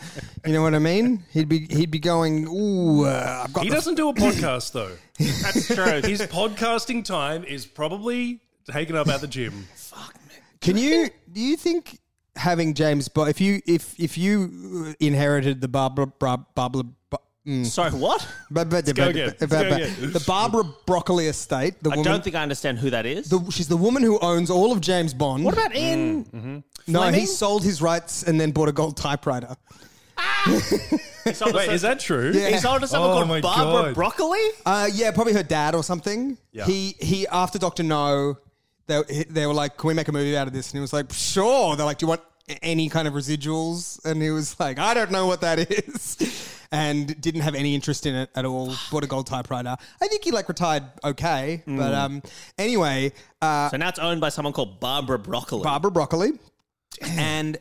You know what I mean? He'd be he'd be going. Ooh, uh, I've got. He the- doesn't do a podcast though. That's true. His podcasting time is probably taken up at the gym. Can you do you think having James Bond if you if if you inherited the Barbara Barbara, Barbara Sorry, what? But, but, but, go but, again. but, Let's go but- again. the Barbara Broccoli estate. The I woman, don't think I understand who that is. the, she's the woman who owns all of James Bond. what about Ian? no, he Fleming? sold his rights and then bought a gold typewriter. He sold Wait, us- is that true? Yeah. He sold to someone Oh my called Barbara God. Broccoli. Uh, yeah, probably her dad or something. Yeah. He he. After Doctor No, they he- they were like, "Can we make a movie out of this?" And he was like, "Sure." They're like, "Do you want a- any kind of residuals?" And he was like, "I don't know what that is." And didn't have any interest in it at all. Bought a gold typewriter. I think he like retired okay, but um. Anyway, uh, So now it's owned by someone called Barbara Broccoli. Barbara Broccoli. And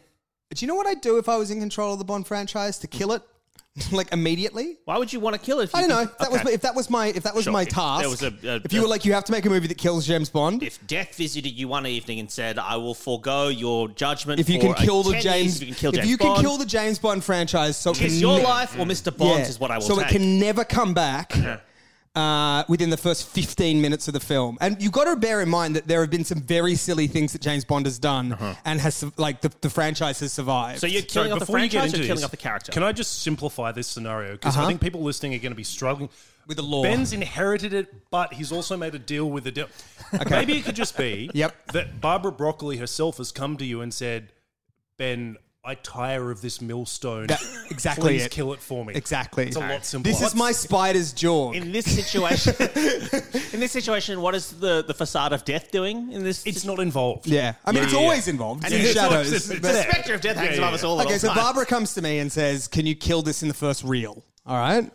do you know what I'd do if I was in control of the Bond franchise? To kill it, like immediately. Why would you want to kill it? If I you don't know. think- If that was Okay. if that was my if that was Sure. my If task. there was a- a- if you were like, you have to make a movie that kills James Bond. If death visited you one evening and said, "I will forego your judgment," If you can for, uh, kill the 10 James, years, if you can kill if James you can Bond, kill the James Bond franchise, so it can it's your ne- life or Mr. Bond's Yeah. is what I will Uh-huh. So take. it can never come back. Uh, within the first 15 minutes of the film. And you've got to bear in mind that there have been some very silly things that James Bond has done and has, su- like, the, the franchise has survived. Uh-huh. so you're Sorry, killing off the before you get franchise or into killing this, off the character. Can I just simplify this scenario? Because I think people listening are going to be struggling With the law. Ben's inherited it, but he's also made a deal with the devil. Maybe it could just be Yep. that Barbara Broccoli herself has come to you and said, "Ben, I tire of this millstone. That- exactly Please it. kill it for me. Exactly. It's a lot simpler. This is my spider's jaw. in this situation, in this situation, what is the, the facade of death doing? In this, It's not involved. yeah. I mean, Yeah, it's yeah, always yeah. involved. It's And in it's always- shadows. it's- it's but- the specter of death hangs Yeah, above yeah, us all. at okay, all so times. Barbara comes to me and says, Can you kill this in the first reel? All right.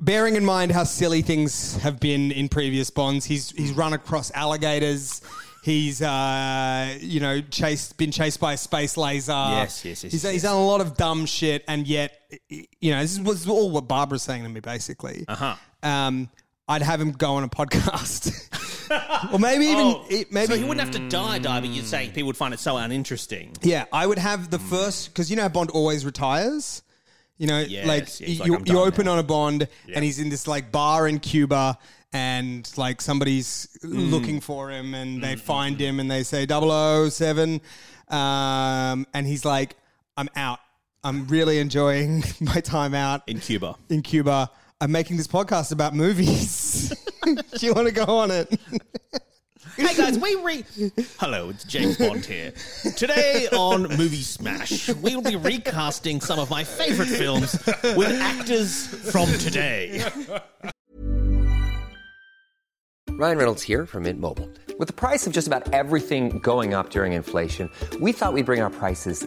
Bearing in mind how silly things have been in previous Bonds, he's, he's run across alligators. He's, uh, you know, chased, been chased by a space laser. Yes, yes, yes, He's, yes, yes. he's done a lot of dumb shit, and yet, you know, this is, this is all what Barbara's saying to me, basically. Uh-huh. Uh huh. Um, I'd have him go on a podcast, or maybe even Oh, it, maybe so he wouldn't have to die, die, but you'd say people would find it so uninteresting. yeah, I would have the first because you know how Bond always retires. You know, Yes, like, yes, you, like, I'm you done open on a Bond and he's in this like bar in Cuba and like somebody's Mm. looking for him and they find him and they say 007 um, and he's like, I'm out. I'm really enjoying my time out In Cuba. in Cuba. I'm making this podcast about movies. Do you want to go on it? Hey guys, we re. Hello, it's James Bond here. Today on Movie Smash, we will be recasting some of my favorite films with actors from today. Ryan Reynolds here from Mint Mobile. With the price of just about everything going up during inflation, we thought we'd bring our prices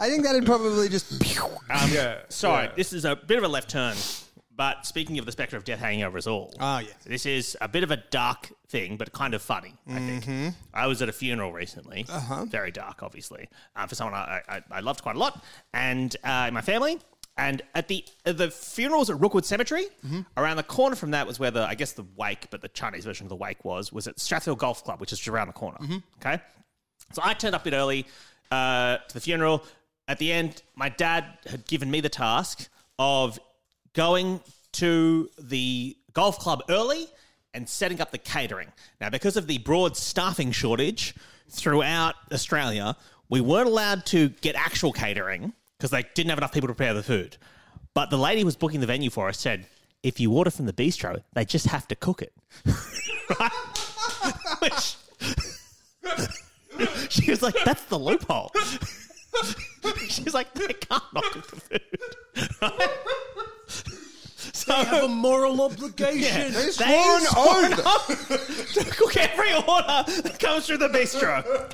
I think that'd probably just. Um, Yeah, Sorry, yeah. this is a bit of a left turn, but speaking of the specter of death hanging over us all, Ah, Oh, yeah. this is a bit of a dark thing, but kind of funny. I Mm-hmm. think I was at a funeral recently, uh-huh. very dark, obviously, uh, for someone I, I, I loved quite a lot, and uh, my family. And at the uh, the funerals at Rookwood Cemetery, Mm-hmm. around the corner from that was where the I guess the wake, but the Chinese version of the wake was was at Strathfield Golf Club, which is just around the corner. Mm-hmm. Okay, so I turned up a bit early uh, to the funeral. At the end, my dad had given me the task of going to the golf club early and setting up the catering. Now, because of the broad staffing shortage, throughout Australia, we weren't allowed to get actual catering because they didn't have enough people to prepare the food. But the lady who was booking the venue for us said, if you order from the bistro, they just have to cook it. right? Which she was like, that's the loophole. She's like, they can't not cook the food. Right? So I have a moral obligation. they sworn oath. oath to cook every order that comes through the bistro.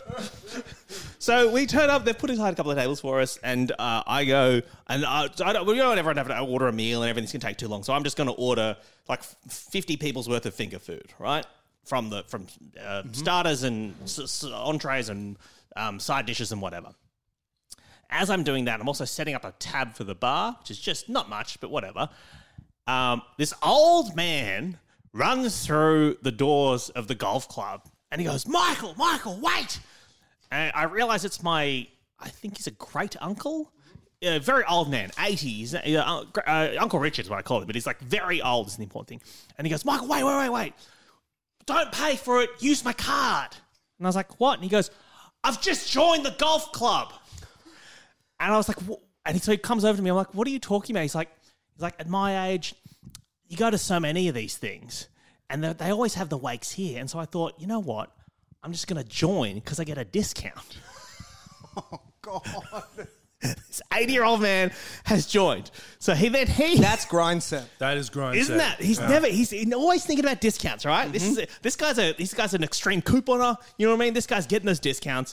So we turn up. They've put aside a couple of tables for us, and uh, I go and uh, so I don't, we don't ever have to order a meal, and everything's gonna take too long. So I'm just gonna order like f- fifty people's worth of finger food, right? From the from uh, starters and s- s- entrees and um, side dishes and whatever as I'm doing that, I'm also setting up a tab for the bar, which is just not much, but whatever. Um, this old man runs through the doors of the golf club and he goes, Michael, Michael, wait. And I realize it's my, I think he's a great uncle. A very old man, 80. He's, uh, uh, gr- uh, uncle Richard's what I call him, but he's like very old, is an important thing. And he goes, Michael, wait, wait, wait, wait don't pay for it. Use my card. And I was like, what? And he goes, I've just joined the golf club. And I was like, "Wha-" and so he comes over to me. I'm like, what are you talking about? He's like, he's like, at my age, you go to so many of these things, and they- they always have the wakes here. And so I thought, you know what? I'm just going to join because I get a discount. This 80 year old man has joined. So he then he That's grindset. That is grown. isn't that? He's never. He's in- always thinking about discounts. All right? This is a, this guy's a this guy's an extreme couponer. You know what I mean? This guy's getting those discounts.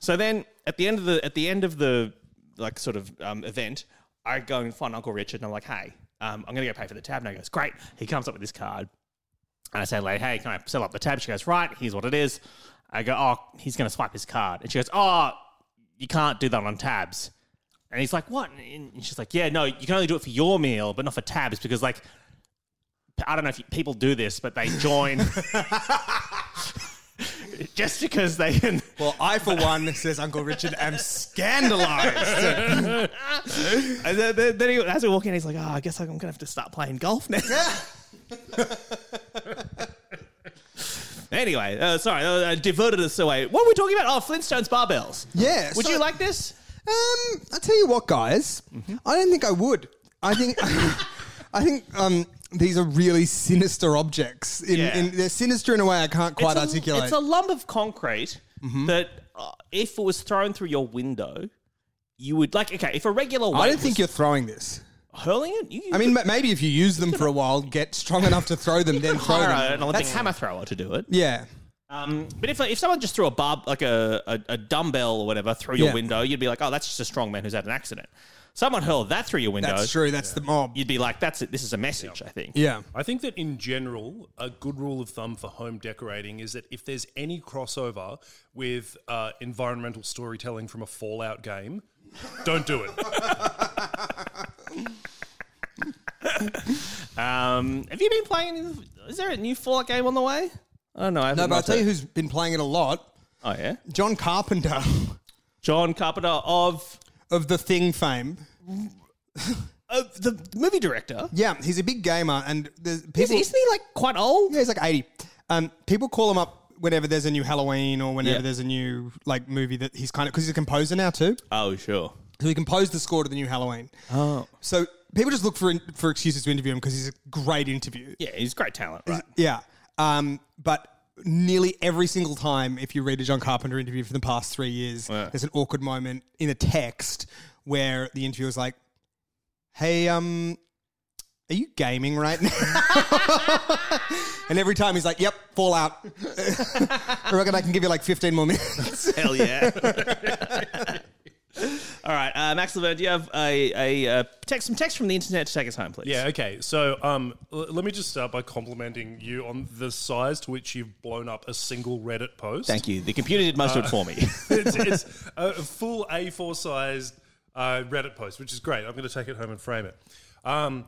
So then at the end of the at the end of the like sort of um, event, I go and find Uncle Richard and I'm like, hey, um, I'm gonna go pay for the tab. And he goes, great. He comes up with this card. And I say, like, hey, can I sell up the tab? She goes, right, here's what it is. I go, oh, he's going to swipe his card. And she goes, oh, you can't do that on tabs. And he's like, what? And she's like, yeah, no, you can only do it for your meal, but not for tabs because, like, I don't know if you- people do this, but they join just because they can. Well, I, for one, says Uncle Richard, am scandalized. And then, then- then he, as we walk in, he's like, oh, I guess I'm going to have to start playing golf now. anyway, uh, sorry, uh, I diverted us away. What were we talking about? Oh, Flintstones barbells. Yeah, Would so- you like this? Um, I tell you what, guys, I don't think I would. I think, I think um, these are really sinister objects. In, Yeah. in, they're sinister in a way I can't quite it's a- articulate. Mm-hmm. It's a lump of concrete that, uh, if it was thrown through your window, you would like. Okay, if a regular weight I don't was think you're throwing this. hurling it. You, I mean, ma- maybe if you use them for a while, get strong enough to throw them, then throw hire an them. Olympic hammer thrower to do it. Yeah. Um, but if if someone just threw a bar like a, a, a dumbbell or whatever through your Yeah. window, you'd be like, oh, that's just a strong man who's had an accident. Someone hurled that through your window. That's true. That's the mob. You'd be like, that's it. This is a message. I think. Yeah. I think that in general, a good rule of thumb for home decorating is that if there's any crossover with uh, environmental storytelling from a Fallout game, don't do it. Um, have you been playing? any of- Is there a new Fallout game on the way? Oh no, I haven't No, but I'll looked tell you at- who's been playing it a lot Oh yeah, John Carpenter John Carpenter of of The Thing fame. of the movie director. Yeah, he's a big gamer, and there's Is, people. isn't he like quite old? Yeah, he's like 80. Um, people call him up whenever there's a new Halloween or whenever Yeah. there's a new like movie that he's kind of because he's a composer now too. Oh sure. So he composed the score to the new Halloween. Oh, so people just look for for excuses to interview him because he's a great interview. Yeah, he's great talent, right? Yeah. Um, but nearly every single time, if you read a John Carpenter interview for the past three years, there's an awkward moment in a text where the interviewer's like, "Hey, um, are you gaming right now?" and every time he's like, "Yep, Fallout." I reckon I can give you like 15 more minutes. Hell yeah. All right, uh, Max Leverne, do you have a, a uh, text some text from the internet to take us home, please? Yeah, okay. So um, l- let me just start by complimenting you on the size to which you've blown up a single Reddit post. Thank you. The computer did most of it for me. it's, it's a full A4 sized uh, Reddit post, which is great. I'm going to take it home and frame it. Um,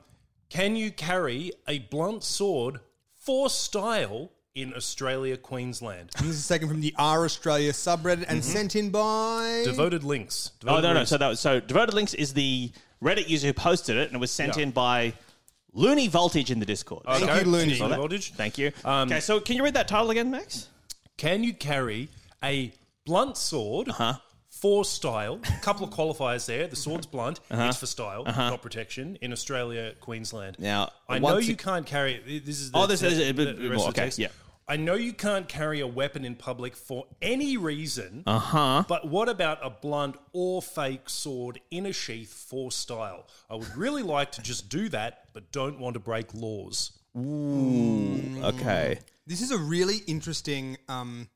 can you carry a blunt sword for style in Australia, Queensland? this is taken from the R Australia subreddit and sent in by. Devoted links. oh Devoted no, no. links. So that was, so devoted links is the Reddit user who posted it, and it was sent Yeah. in by Loony Voltage in the Discord. Okay. Thank you, Looney. Devoted Voltage. Um, Thank you. okay, so can you read that title again, Max? Can you carry a blunt sword, Uh-huh. for style. Couple of qualifiers there. The sword's blunt. Uh-huh. It's for style, not protection. In Australia, Queensland. Now, I know once you it- can't carry it. This is the, Oh, this the- is a bit the rest more, of the okay, text. yeah. I know you can't carry a weapon in public for any reason. Uh Uh-huh. huh. But what about a blunt or fake sword in a sheath for style? I would really like to just do that, but don't want to break laws. Okay. This is a really interesting um,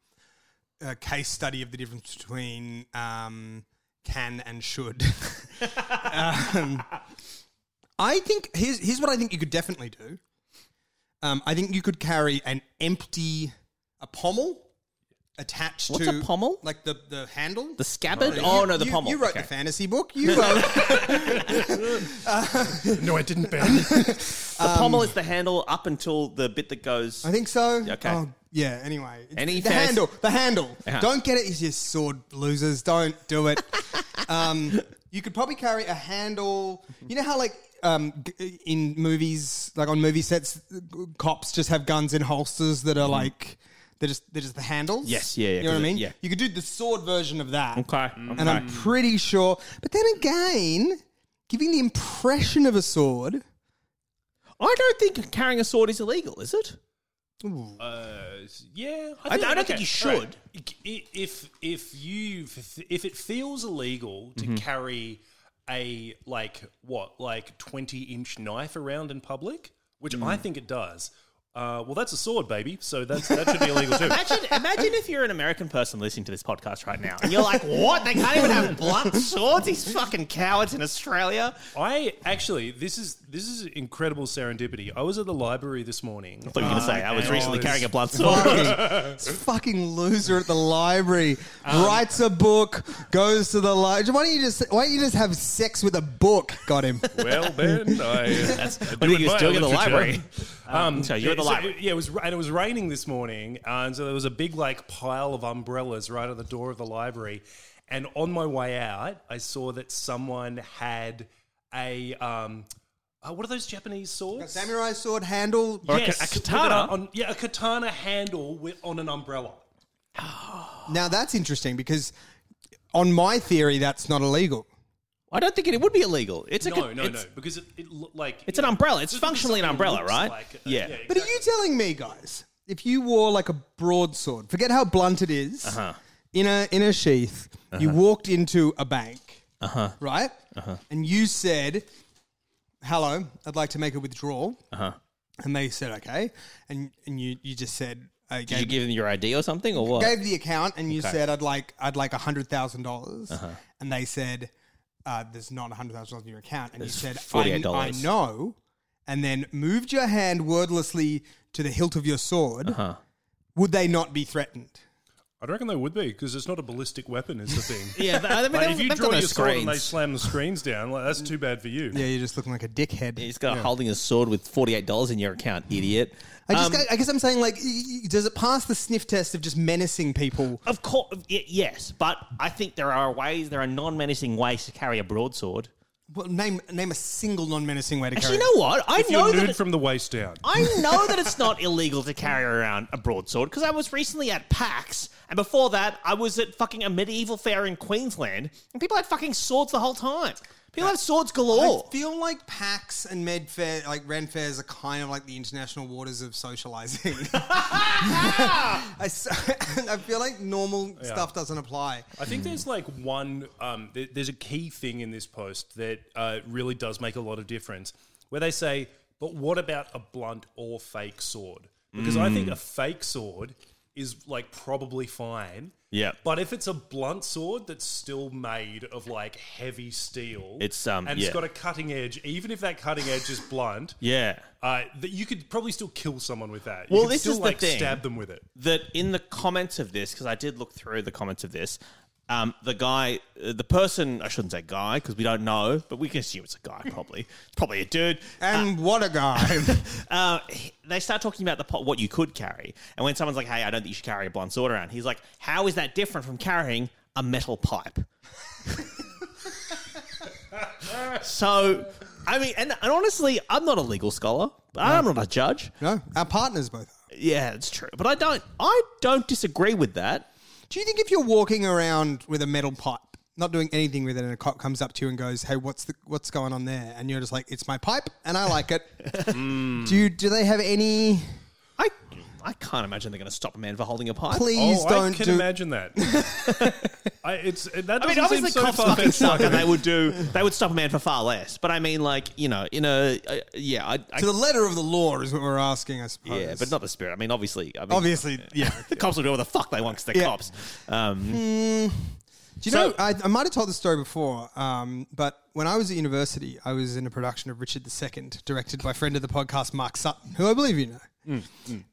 uh, case study of the difference between um, can and should. um, I think here's here's what I think you could definitely do. Um, I think you could carry an empty a pommel attached What's to a pommel? like the the handle, The scabbard? Oh, no, the you, pommel. You wrote Okay. the fantasy book. You wrote, No, I didn't, Ben. The pommel is the handle up until the bit that goes. I think so. Oh, Okay. yeah. Anyway, It's Any the fantasy- handle, the handle. Uh-huh. Don't get it. It's your sword losers. Don't do it. um, you could probably carry a handle. You know how like um, g- in movies, like on movie sets, g- cops just have guns in holsters that are like they're just they're just the handles. Mm-hmm. Yes, yeah, yeah, You know what I 'cause it- mean? yeah. You could do the sword version of that. Okay, okay. And I'm pretty sure. But then again, giving the impression of a sword. I don't think carrying a sword is illegal, is it? Uh, Yeah, I don't- I don't think you should. alright. I- If if you if it feels illegal Mm-hmm. to carry a like what like twenty inch knife around in public, which I Mm. think it does. Uh, well, that's a sword, baby. So that's that should be illegal too. Imagine, imagine if you're an American person listening to this podcast right now, and you're like, "What? They can't even have blunt swords? These fucking cowards in Australia." I actually this is this is incredible serendipity. I was at the library this morning. I thought you were going to say I was and recently I was- carrying a blunt sword. fucking, this fucking loser at the library writes a book, goes to the library. Why don't you just why don't you just have sex with a book? Got him. Well, Ben, I. That's what he was doing in the library. Um, so you're at the so, library. yeah, it was and it was raining this morning, uh, and so there was a big like pile of umbrellas right at the door of the library. And on my way out, I saw that someone had a um, uh, what are those Japanese swords? Samurai sword handle. Or a Yes, ka- a with an- uh, katana? on, yeah, a katana handle with, on an umbrella. Now that's interesting because on my theory, that's not illegal. I don't think it, it would be illegal. It's a No, good- no, it's- no, because it, it looked like It's an umbrella. It's Just because functionally an something umbrella, looks right? like it. Yeah. But are you telling me, guys, if you wore like a broadsword, forget how blunt it is, in a in a sheath, you walked into a bank, uh-huh. right, uh-huh. and you said, "Hello, I'd like to make a withdrawal," uh-huh. and they said, "Okay," and and you you just said, I Did you gave, give them your ID or something, or what? gave the account, and you said, "I'd like I'd like hundred thousand dollars," Uh-huh. and they said. Uh, there's not hundred thousand dollars in your account, and you said, I, "I $48. know," and then moved your hand wordlessly to the hilt of your sword. Uh-huh. Would they not be threatened? I reckon they would be because it's not a ballistic weapon, is the thing. Yeah, but, I mean, Like, they've- if you they've draw got your those sword and they screens. slam the screens down, like, that's too bad for you. Yeah, you're just looking like a dickhead. He's got holding his sword with forty eight dollars in your account, idiot. I just, Um, I guess I'm saying, like, y- y- does it pass the sniff test of just menacing people? Of course, yes, but I think there are ways, there are non-menacing ways to carry a broadsword. Well, name name a single non-menacing way to Actually, you carry. know what? I If know you're that. nude it- from the waist down. I know that it's not illegal to carry around a broadsword because I was recently at PAX, and before that, I was at fucking a medieval fair in Queensland, and people had fucking swords the whole time. People have swords galore. I feel like PAX and Medfair, like Renfairs, are kind of like the international waters of socializing. I, s- I feel like normal stuff doesn't apply. I think there's like one, um, th- there's a key thing in this post that uh, really does make a lot of difference where they say, but what about a blunt or fake sword? Because I Mm. think a fake sword is like probably fine. Yeah. But if it's a blunt sword that's still made of like heavy steel, It's, um, and yeah. it's got a cutting edge, even if that cutting edge is blunt, yeah. uh, that you could probably still kill someone with that. Well, you could this still is the like thing. stab them with it. that in the comments of this, because I did look through the comments of this, um, the guy, uh, the person, I shouldn't say guy because we don't know, but we can assume it's a guy probably. It's probably a dude. And what a guy! Uh, he- they start talking about the pot, what you could carry. And when someone's like, hey, I don't think you should carry a blunt sword around, he's like, how is that different from carrying a metal pipe? so, I mean, and, and honestly, I'm not a legal scholar, but I'm not a judge. no, our partners both. are. Yeah, it's true. But I don't I don't disagree with that. Do you think if you're walking around with a metal pipe, not doing anything with it, and a cop comes up to you and goes, "Hey, what's the what's going on there?" and you're just like, "It's my pipe, and I like it." Do you, do they have any? I I can't imagine they're going to stop a man for holding a pipe. Please oh, don't I can do. imagine that. I, it's that doesn't I mean, obviously, seem so cops far fucking fetched. suck, and they would do. They would stop a man for far less. But I mean, like you know, in a uh, yeah, I, I to the letter of the law is what we're asking, I suppose. yeah, but not the spirit. I mean, obviously, I mean, obviously. Yeah. the cops will do whatever the fuck they want because they're Yeah. cops. Um, Do you know? I, I might have told this story before, um, but when I was at university, I was in a production of Richard II, directed by friend of the podcast Mark Sutton, who I believe you know.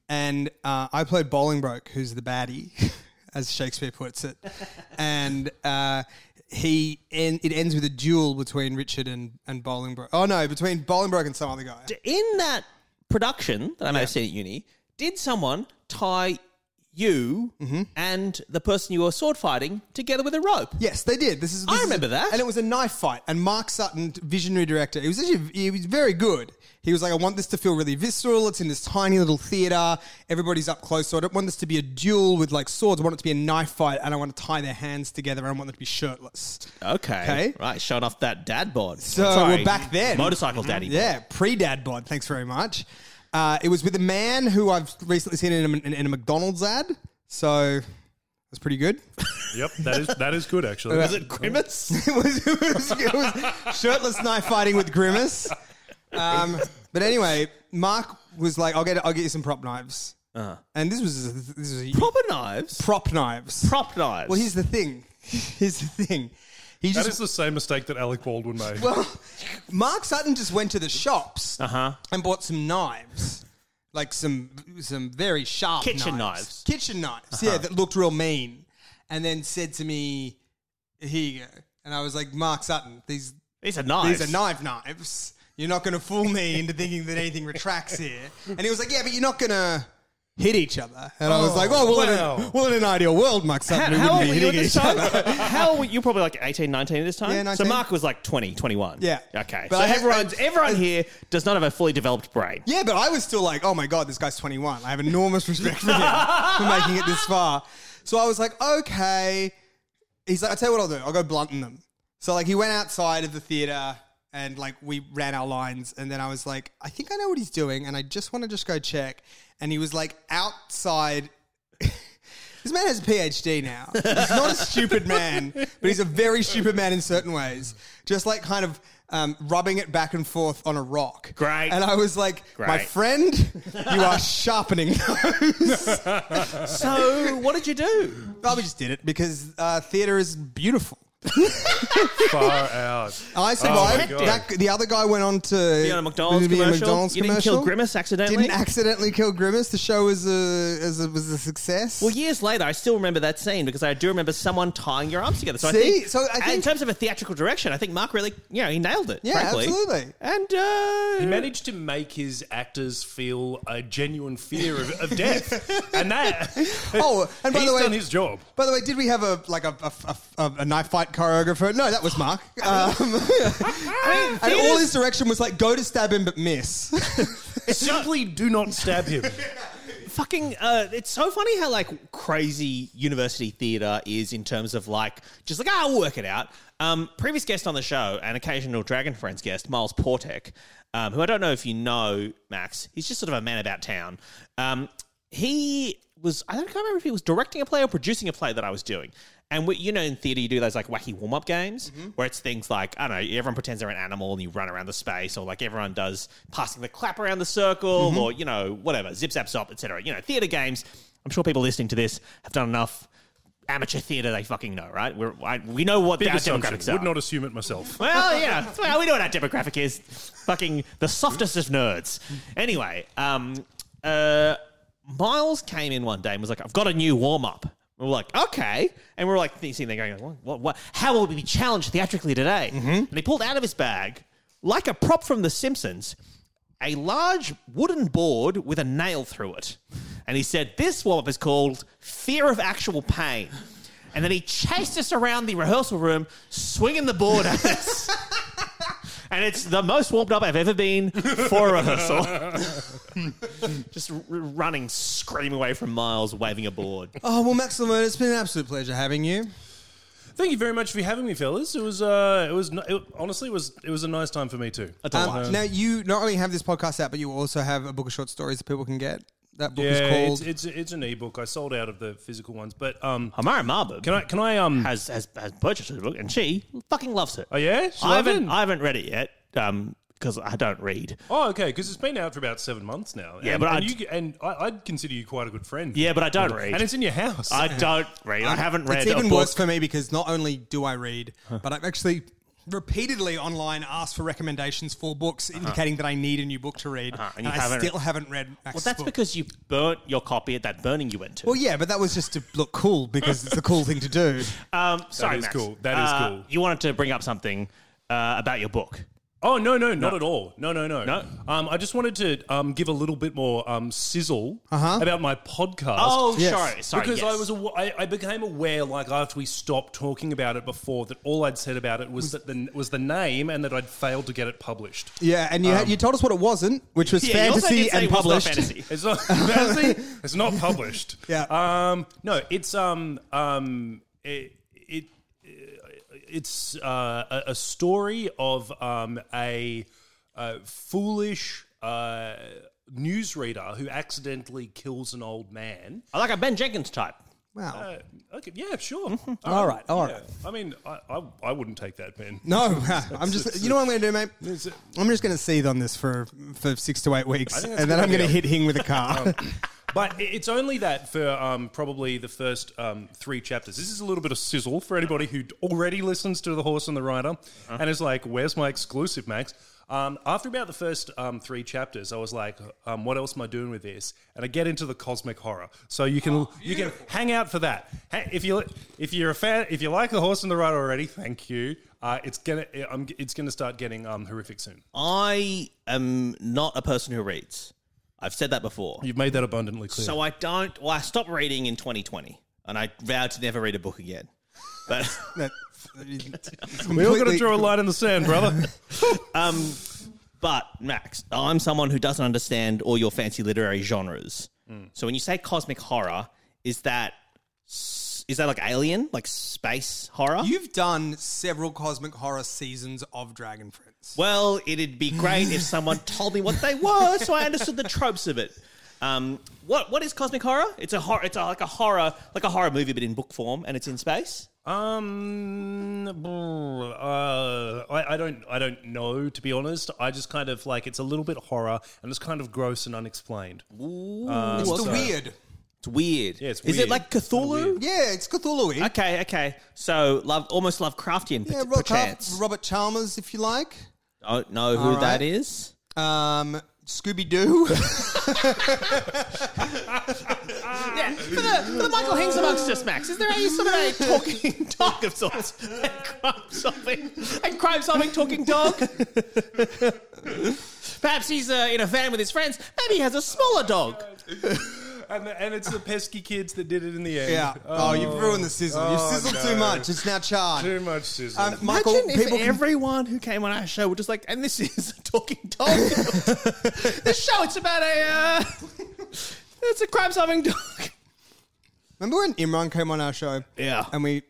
And uh, I played Bolingbroke, who's the baddie, as Shakespeare puts it. and uh, he en- it ends with a duel between Richard and, and Bolingbroke. Oh no, between Bolingbroke and some other guy. in that production that I may have seen at uni, did someone tie you Mm-hmm. and the person you were sword fighting together with a rope? Yes, they did. This is. I this is- remember that. and it was a knife fight. And Mark Sutton, visionary director, it was actually he was very good. He was like, I want this to feel really visceral. It's in this tiny little theater. Everybody's up close. So I don't want this to be a duel with like swords. I want it to be a knife fight, and I want to tie their hands together. And I want them to be shirtless. Okay. Okay. Right. Showing off that dad bod. So we're back then. Mm-hmm. Motorcycle daddy. bod. Yeah, pre dad bod. Thanks very much. Uh, it was with a man who I've recently seen in a, in a McDonald's ad. So that's pretty good. Yep, that is that is good actually. Is it grimace? it, was, it, was, it was shirtless knife fighting with grimace. Um, but anyway, Mark was like, "I'll get I'll get you some prop knives." Uh-huh. And this was this was Proper knives. prop knives. Prop knives. Well, here's the thing. Here's the thing. He That just is the same mistake that Alec Baldwin made. well, Mark Sutton just went to the shops Uh-huh. and bought some knives, like some some very sharp Kitchen knives. Uh-huh. kitchen knives, yeah, that looked real mean, and then said to me, "Here you go," and I was like, "Mark Sutton, these These are knives. these are knife knives. You're not going to fool me into thinking that anything retracts here. And he was like, yeah, but you're not going to hit each other. And I was like, oh, well, in a, wow. well, in an ideal world, Mark How, Sutton, we how old wouldn't were be you at hitting this each time? other. how old were you? Probably like 18, 19 at this time? Yeah, 19. So Mark was like 20, 21. Yeah. Okay. But so I- everyone's, I- everyone here does not have a fully developed brain. Yeah, but I was still like, oh my God, this guy's 21. I have enormous respect for him for making it this far. So I was like, okay. He's like, I'll tell you what I'll do. I'll go blunting them. So like he went outside of the theater and like we ran our lines. And then I was like, I think I know what he's doing. And I just want to just go check. And he was like outside. this man has a PhD now. He's not a stupid man, but he's a very stupid man in certain ways. Just like kind of um, rubbing it back and forth on a rock. Great. And I was like, my Great. friend, you are sharpening those. So what did you do? Probably just did it because uh, theater is beautiful. Far out. I survived. God. that, the other guy went on to be on a McDonald's a commercial? McDonald's You didn't kill commercial. Grimace accidentally? Didn't accidentally kill Grimace. The show was a, is a was a success. Well, years later, I still remember that scene because I do remember someone tying your arms together. So See? I think, So I in think- terms of a theatrical direction, I think Mark really, you know, he nailed it. Yeah, frankly. absolutely. And uh, He managed to make his actors feel a genuine fear of, of death, and that oh, and by he's the way, done his job. by the way, did we have a like a a, a- a- a knife fight choreographer? No, that was Mark. Um, ah, and all his direction was like go to stab him but miss. Simply do not stab him. fucking, uh, it's so funny how like crazy university theater is in terms of like just like ah, we'll work it out. Um, previous guest on the show, an occasional Dragon Friends guest, Miles Portek, um, who I don't know if you know, Max. He's just sort of a man about town. Um, he was I don't can't remember if he was directing a play or producing a play that I was doing. And we, you know, in theatre, you do those like wacky warm up games Mm-hmm. where it's things like I don't know, everyone pretends they're an animal and you run around the space, or like everyone does passing the clap around the circle, Mm-hmm. or you know, whatever, zip zap zop, etc. You know, theatre games. I'm sure people listening to this have done enough amateur theatre they fucking know, right? We're, I, we know what Big our assumption. demographics are. Would not assume it myself. Well, yeah, well, we know what our demographic is. Fucking the softest of nerds. Anyway, um, uh, Miles came in one day and was like, I've got a new warm up. We are like, okay. And we are like, sitting there going, what, what, what? How will we be challenged theatrically today? And he pulled out of his bag, like a prop from The Simpsons, a large wooden board with a nail through it. And he said, This warm up is called Fear of Actual Pain. And then he chased us around the rehearsal room, swinging the board at us. and it's the most warmed up I've ever been for a rehearsal. Just r- running, screaming away from Miles, waving a board. Oh, well, Max Lamone, it's been an absolute pleasure having you. Thank you very much for having me, fellas. It was, uh, it was n- it, honestly, it was, it was a nice time for me too. Um, now, you not only have this podcast out, but you also have a book of short stories that people can get. That book yeah, is it's, called. it's it's an ebook. I sold out of the physical ones, but um, Hamara Marbub can I can I um? has, has has purchased the book, and she fucking loves it. oh yeah, Shall I have haven't it? I haven't read it yet because I don't read. Oh, okay, because it's been out for about seven months now. Yeah, and, but and I'd- you, and I, I'd consider you quite a good friend. Yeah, but I don't read. and it's in your house. I don't read. I haven't read. um, It's a even book. worse for me because not only do I read, but I've actually repeatedly online asked for recommendations for books, indicating that I need a new book to read, Uh-huh, and and, you I haven't- still haven't read. Max's Well, that's book. because you burnt your copy at that burning you went to. Well, yeah, but that was just to look cool because it's the cool thing to do. um, sorry, is Max. cool. That is Uh, cool. You wanted to bring up something uh, about your book. Oh no, no, not at all. No, no, no. No? Um, I just wanted to um, give a little bit more um, sizzle about my podcast. Uh-huh. Oh, Yes. sorry, sorry. because yes. I was, aw- I, I became aware, like after we stopped talking about it before, that all I'd said about it was that the was the name, and that I'd failed to get it published. Yeah, and you had, you told us what it wasn't, which was um, Yeah, you also fantasy did say and it was not published. fantasy. It's not fantasy. It's not published. Yeah. Um. No. It's um um it it it's uh, a, a story of um a, uh foolish uh newsreader who accidentally kills an old man. I like a Ben Jenkins type. Wow. Uh, okay. Yeah. Sure. Um, Mm-hmm. All right, all yeah. right. I mean, I, I I wouldn't take that, Ben. No, I'm just. You know what I'm going to do, mate? I'm just going to seethe on this for for six to eight weeks, think that's and then a Um, I'm good going to idea. hit Hing with a car. But i- it's only that for um, probably the first um, three chapters. This is a little bit of sizzle for anybody who already listens to The Horse and the Rider and is like, where's my exclusive, Max? Um, after about the first um, three chapters, I was like, um, what else am I doing with this? And I get into the cosmic horror. So you can you can hang out for that. Ha- If you if you're a fan, if you like The Horse and the Rider already, thank you. Uh, it's gonna I'm, it's gonna start getting um, horrific soon. I am not a person who reads. I've said that before. You've made that abundantly clear. So I don't. Well, I stopped reading in 2020, and I vowed to never read a book again. But we all got completely- to draw a line in the sand, brother. um, But Max, I'm someone who doesn't understand all your fancy literary genres. So when you say cosmic horror, is that s- is that like alien, like space horror? You've done several cosmic horror seasons of Dragon Prince. well, it'd be great if someone told me what they were, so I understood the tropes of it. Um, what what is cosmic horror? It's a horror. It's a, like a horror, like a horror movie, but in book form, and it's in space. Um, brr, uh, I, I don't, I don't know to be honest. I just kind of like it's a little bit horror and it's kind of gross and unexplained. it's the weird. It's weird. Yeah, it's Is weird. it like It's kinda Cthulhu? Yeah, it's Cthulhu. Okay, okay. So love, almost Lovecraftian, yeah, yeah, Robert, Chal- perchance. Robert Chalmers, if you like. I don't know who All right. that is. Um, Scooby Doo. Yeah, for the, for the Michael Hings amongst us, Max, is there any sort of a talking dog of sorts? And crime solving, and crime solving talking dog? Perhaps he's uh, in a van with his friends. Maybe he has a smaller dog. And, the, and it's the pesky kids that did it in the end. Um, yeah. Oh, you've ruined the sizzle. Oh, you've sizzled too no. much. It's now charred. Too much sizzle. Um, Michael, people can- everyone who came on our show were just like, and this is a talking dog. this show, it's about a, uh, it's a crime solving dog. remember when Imran came on our show? Yeah. And we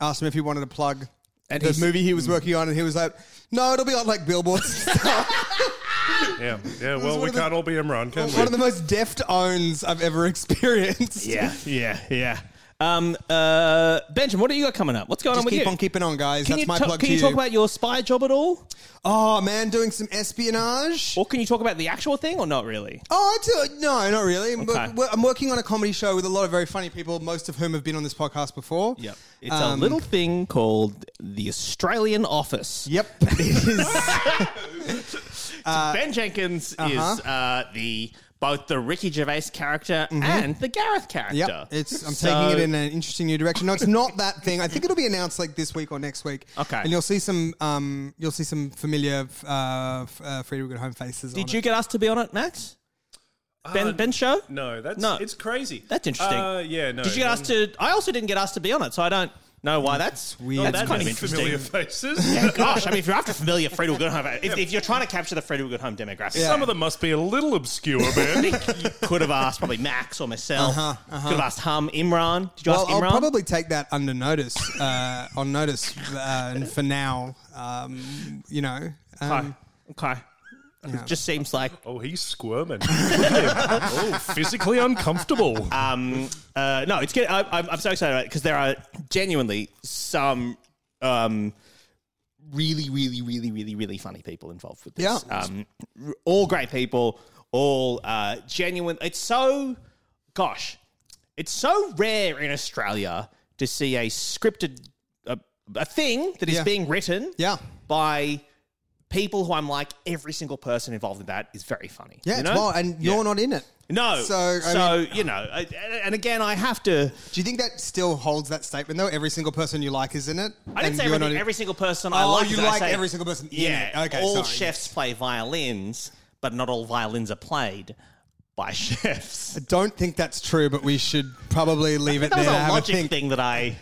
asked him if he wanted to plug And the he's- movie he was working on, and he was like, "No, it'll be on like billboards." yeah, yeah. Well, one we of the- can't all be Imran, can One of we? the most deft owns I've ever experienced. Yeah, yeah, yeah. Um, uh, Benjamin, what do you got coming up? What's going on Just with keep you? on keeping on, guys. Can That's you, my ta- plug can to you talk about your spy job at all? Oh man, doing some espionage. Or can you talk about the actual thing or not really? Oh, I do. No, not really. I'm, Okay. wor- I'm working on a comedy show with a lot of very funny people, most of whom have been on this podcast before. It's Um, a little thing called the Australian Office. Yep. It is. Uh, ben Jenkins is uh-huh. uh, the both the Ricky Gervais character and the Gareth character. Mm-hmm. yep. It's. I'm So- taking it in an interesting new direction. No, it's not that thing. I think it'll be announced like this week or next week. Okay. And you'll see some. Um. You'll see some familiar. Uh. f- uh Frida Good Home faces. on Did it. you get asked to be on it, Max? ben Ben show? Uh, no, that's No. it's crazy. That's interesting. Uh, yeah, no. Did you get um, asked to? I also didn't get asked to be on it, so I don't. No, why? That's weird. That's That's kind of Any familiar interesting. faces. Yeah, gosh, I mean, if you're after familiar Fred will go home, if, if you're trying to capture the Fred will go home demographic, Some of them must be a little obscure, man. you could have asked probably Max or myself. Could have asked Hum, Imran. Did you Uh-huh, Well, ask I'll Imran? probably take that under notice, uh, on notice, uh, and for now, um, you know. Um, okay. It just seems like oh, he's squirming. oh, physically uncomfortable. um, uh, no, it's good. I, I'm, I'm so excited about it because there are genuinely some um, really, really, really, really, really funny people involved with this. Yeah. Um, r- all great people, all uh, genuine. It's so, gosh, it's so rare in Australia to see a scripted a, a thing that is Yeah. being written Yeah. by people who I'm like every single person involved in that is very funny. yeah, you it's know? wild, and you're not in it. No. So, So, I you know, I- and and again, I have to. Do you think that still holds that statement though? Every single person you like is in it. I didn't and say you're everything, not in- every single person I Oh, like. you did I like say- every single person in Yeah. it. Okay, all sorry. chefs play violins, but not all violins are played by chefs. I don't think that's true, but we should probably leave it That was there. a have logic think. thing that I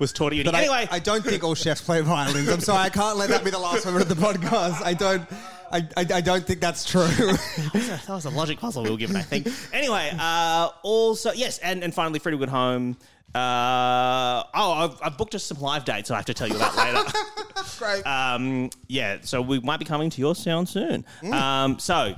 was taught at uni. But I- anyway, I, don't think all chefs play violins. I'm sorry, I can't let that be the last word of the podcast. I don't. I, I, I don't think that's true. that was a logic puzzle we were given, I think. Anyway, uh, also yes, and, and finally, Freddie Good Home. Uh, oh, I've, I've booked us some live dates. I have to tell you about later. Great. um, yeah, so we might be coming to your sound soon. Um, so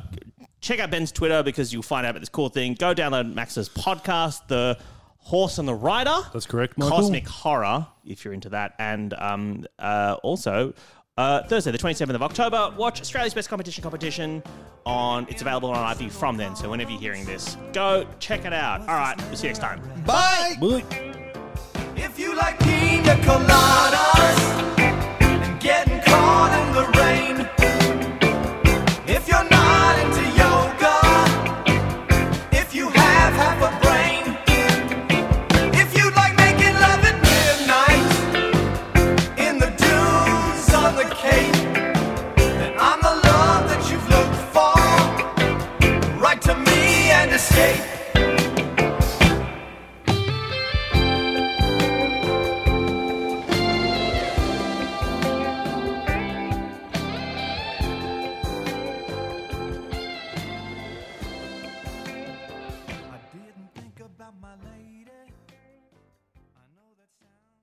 check out Ben's Twitter because you'll find out about this cool thing. Go download Max's podcast, The Horse and the Rider. That's correct, Michael. Cosmic Horror, if you're into that. And um, uh, also, uh, Thursday, the 27th of October, watch Australia's Best Competition competition on it's available on IP from then. So whenever you're hearing this, go check it out. All right, we'll see you next time. Bye. Bye. If you like pina coladas and getting caught in the rain, if you're not into yoga, if you have half a brain, if you like making love at midnight in the dunes on the cape, then I'm the love that you've looked for. Write to me and escape. I didn't think about my lady. I know that sounds.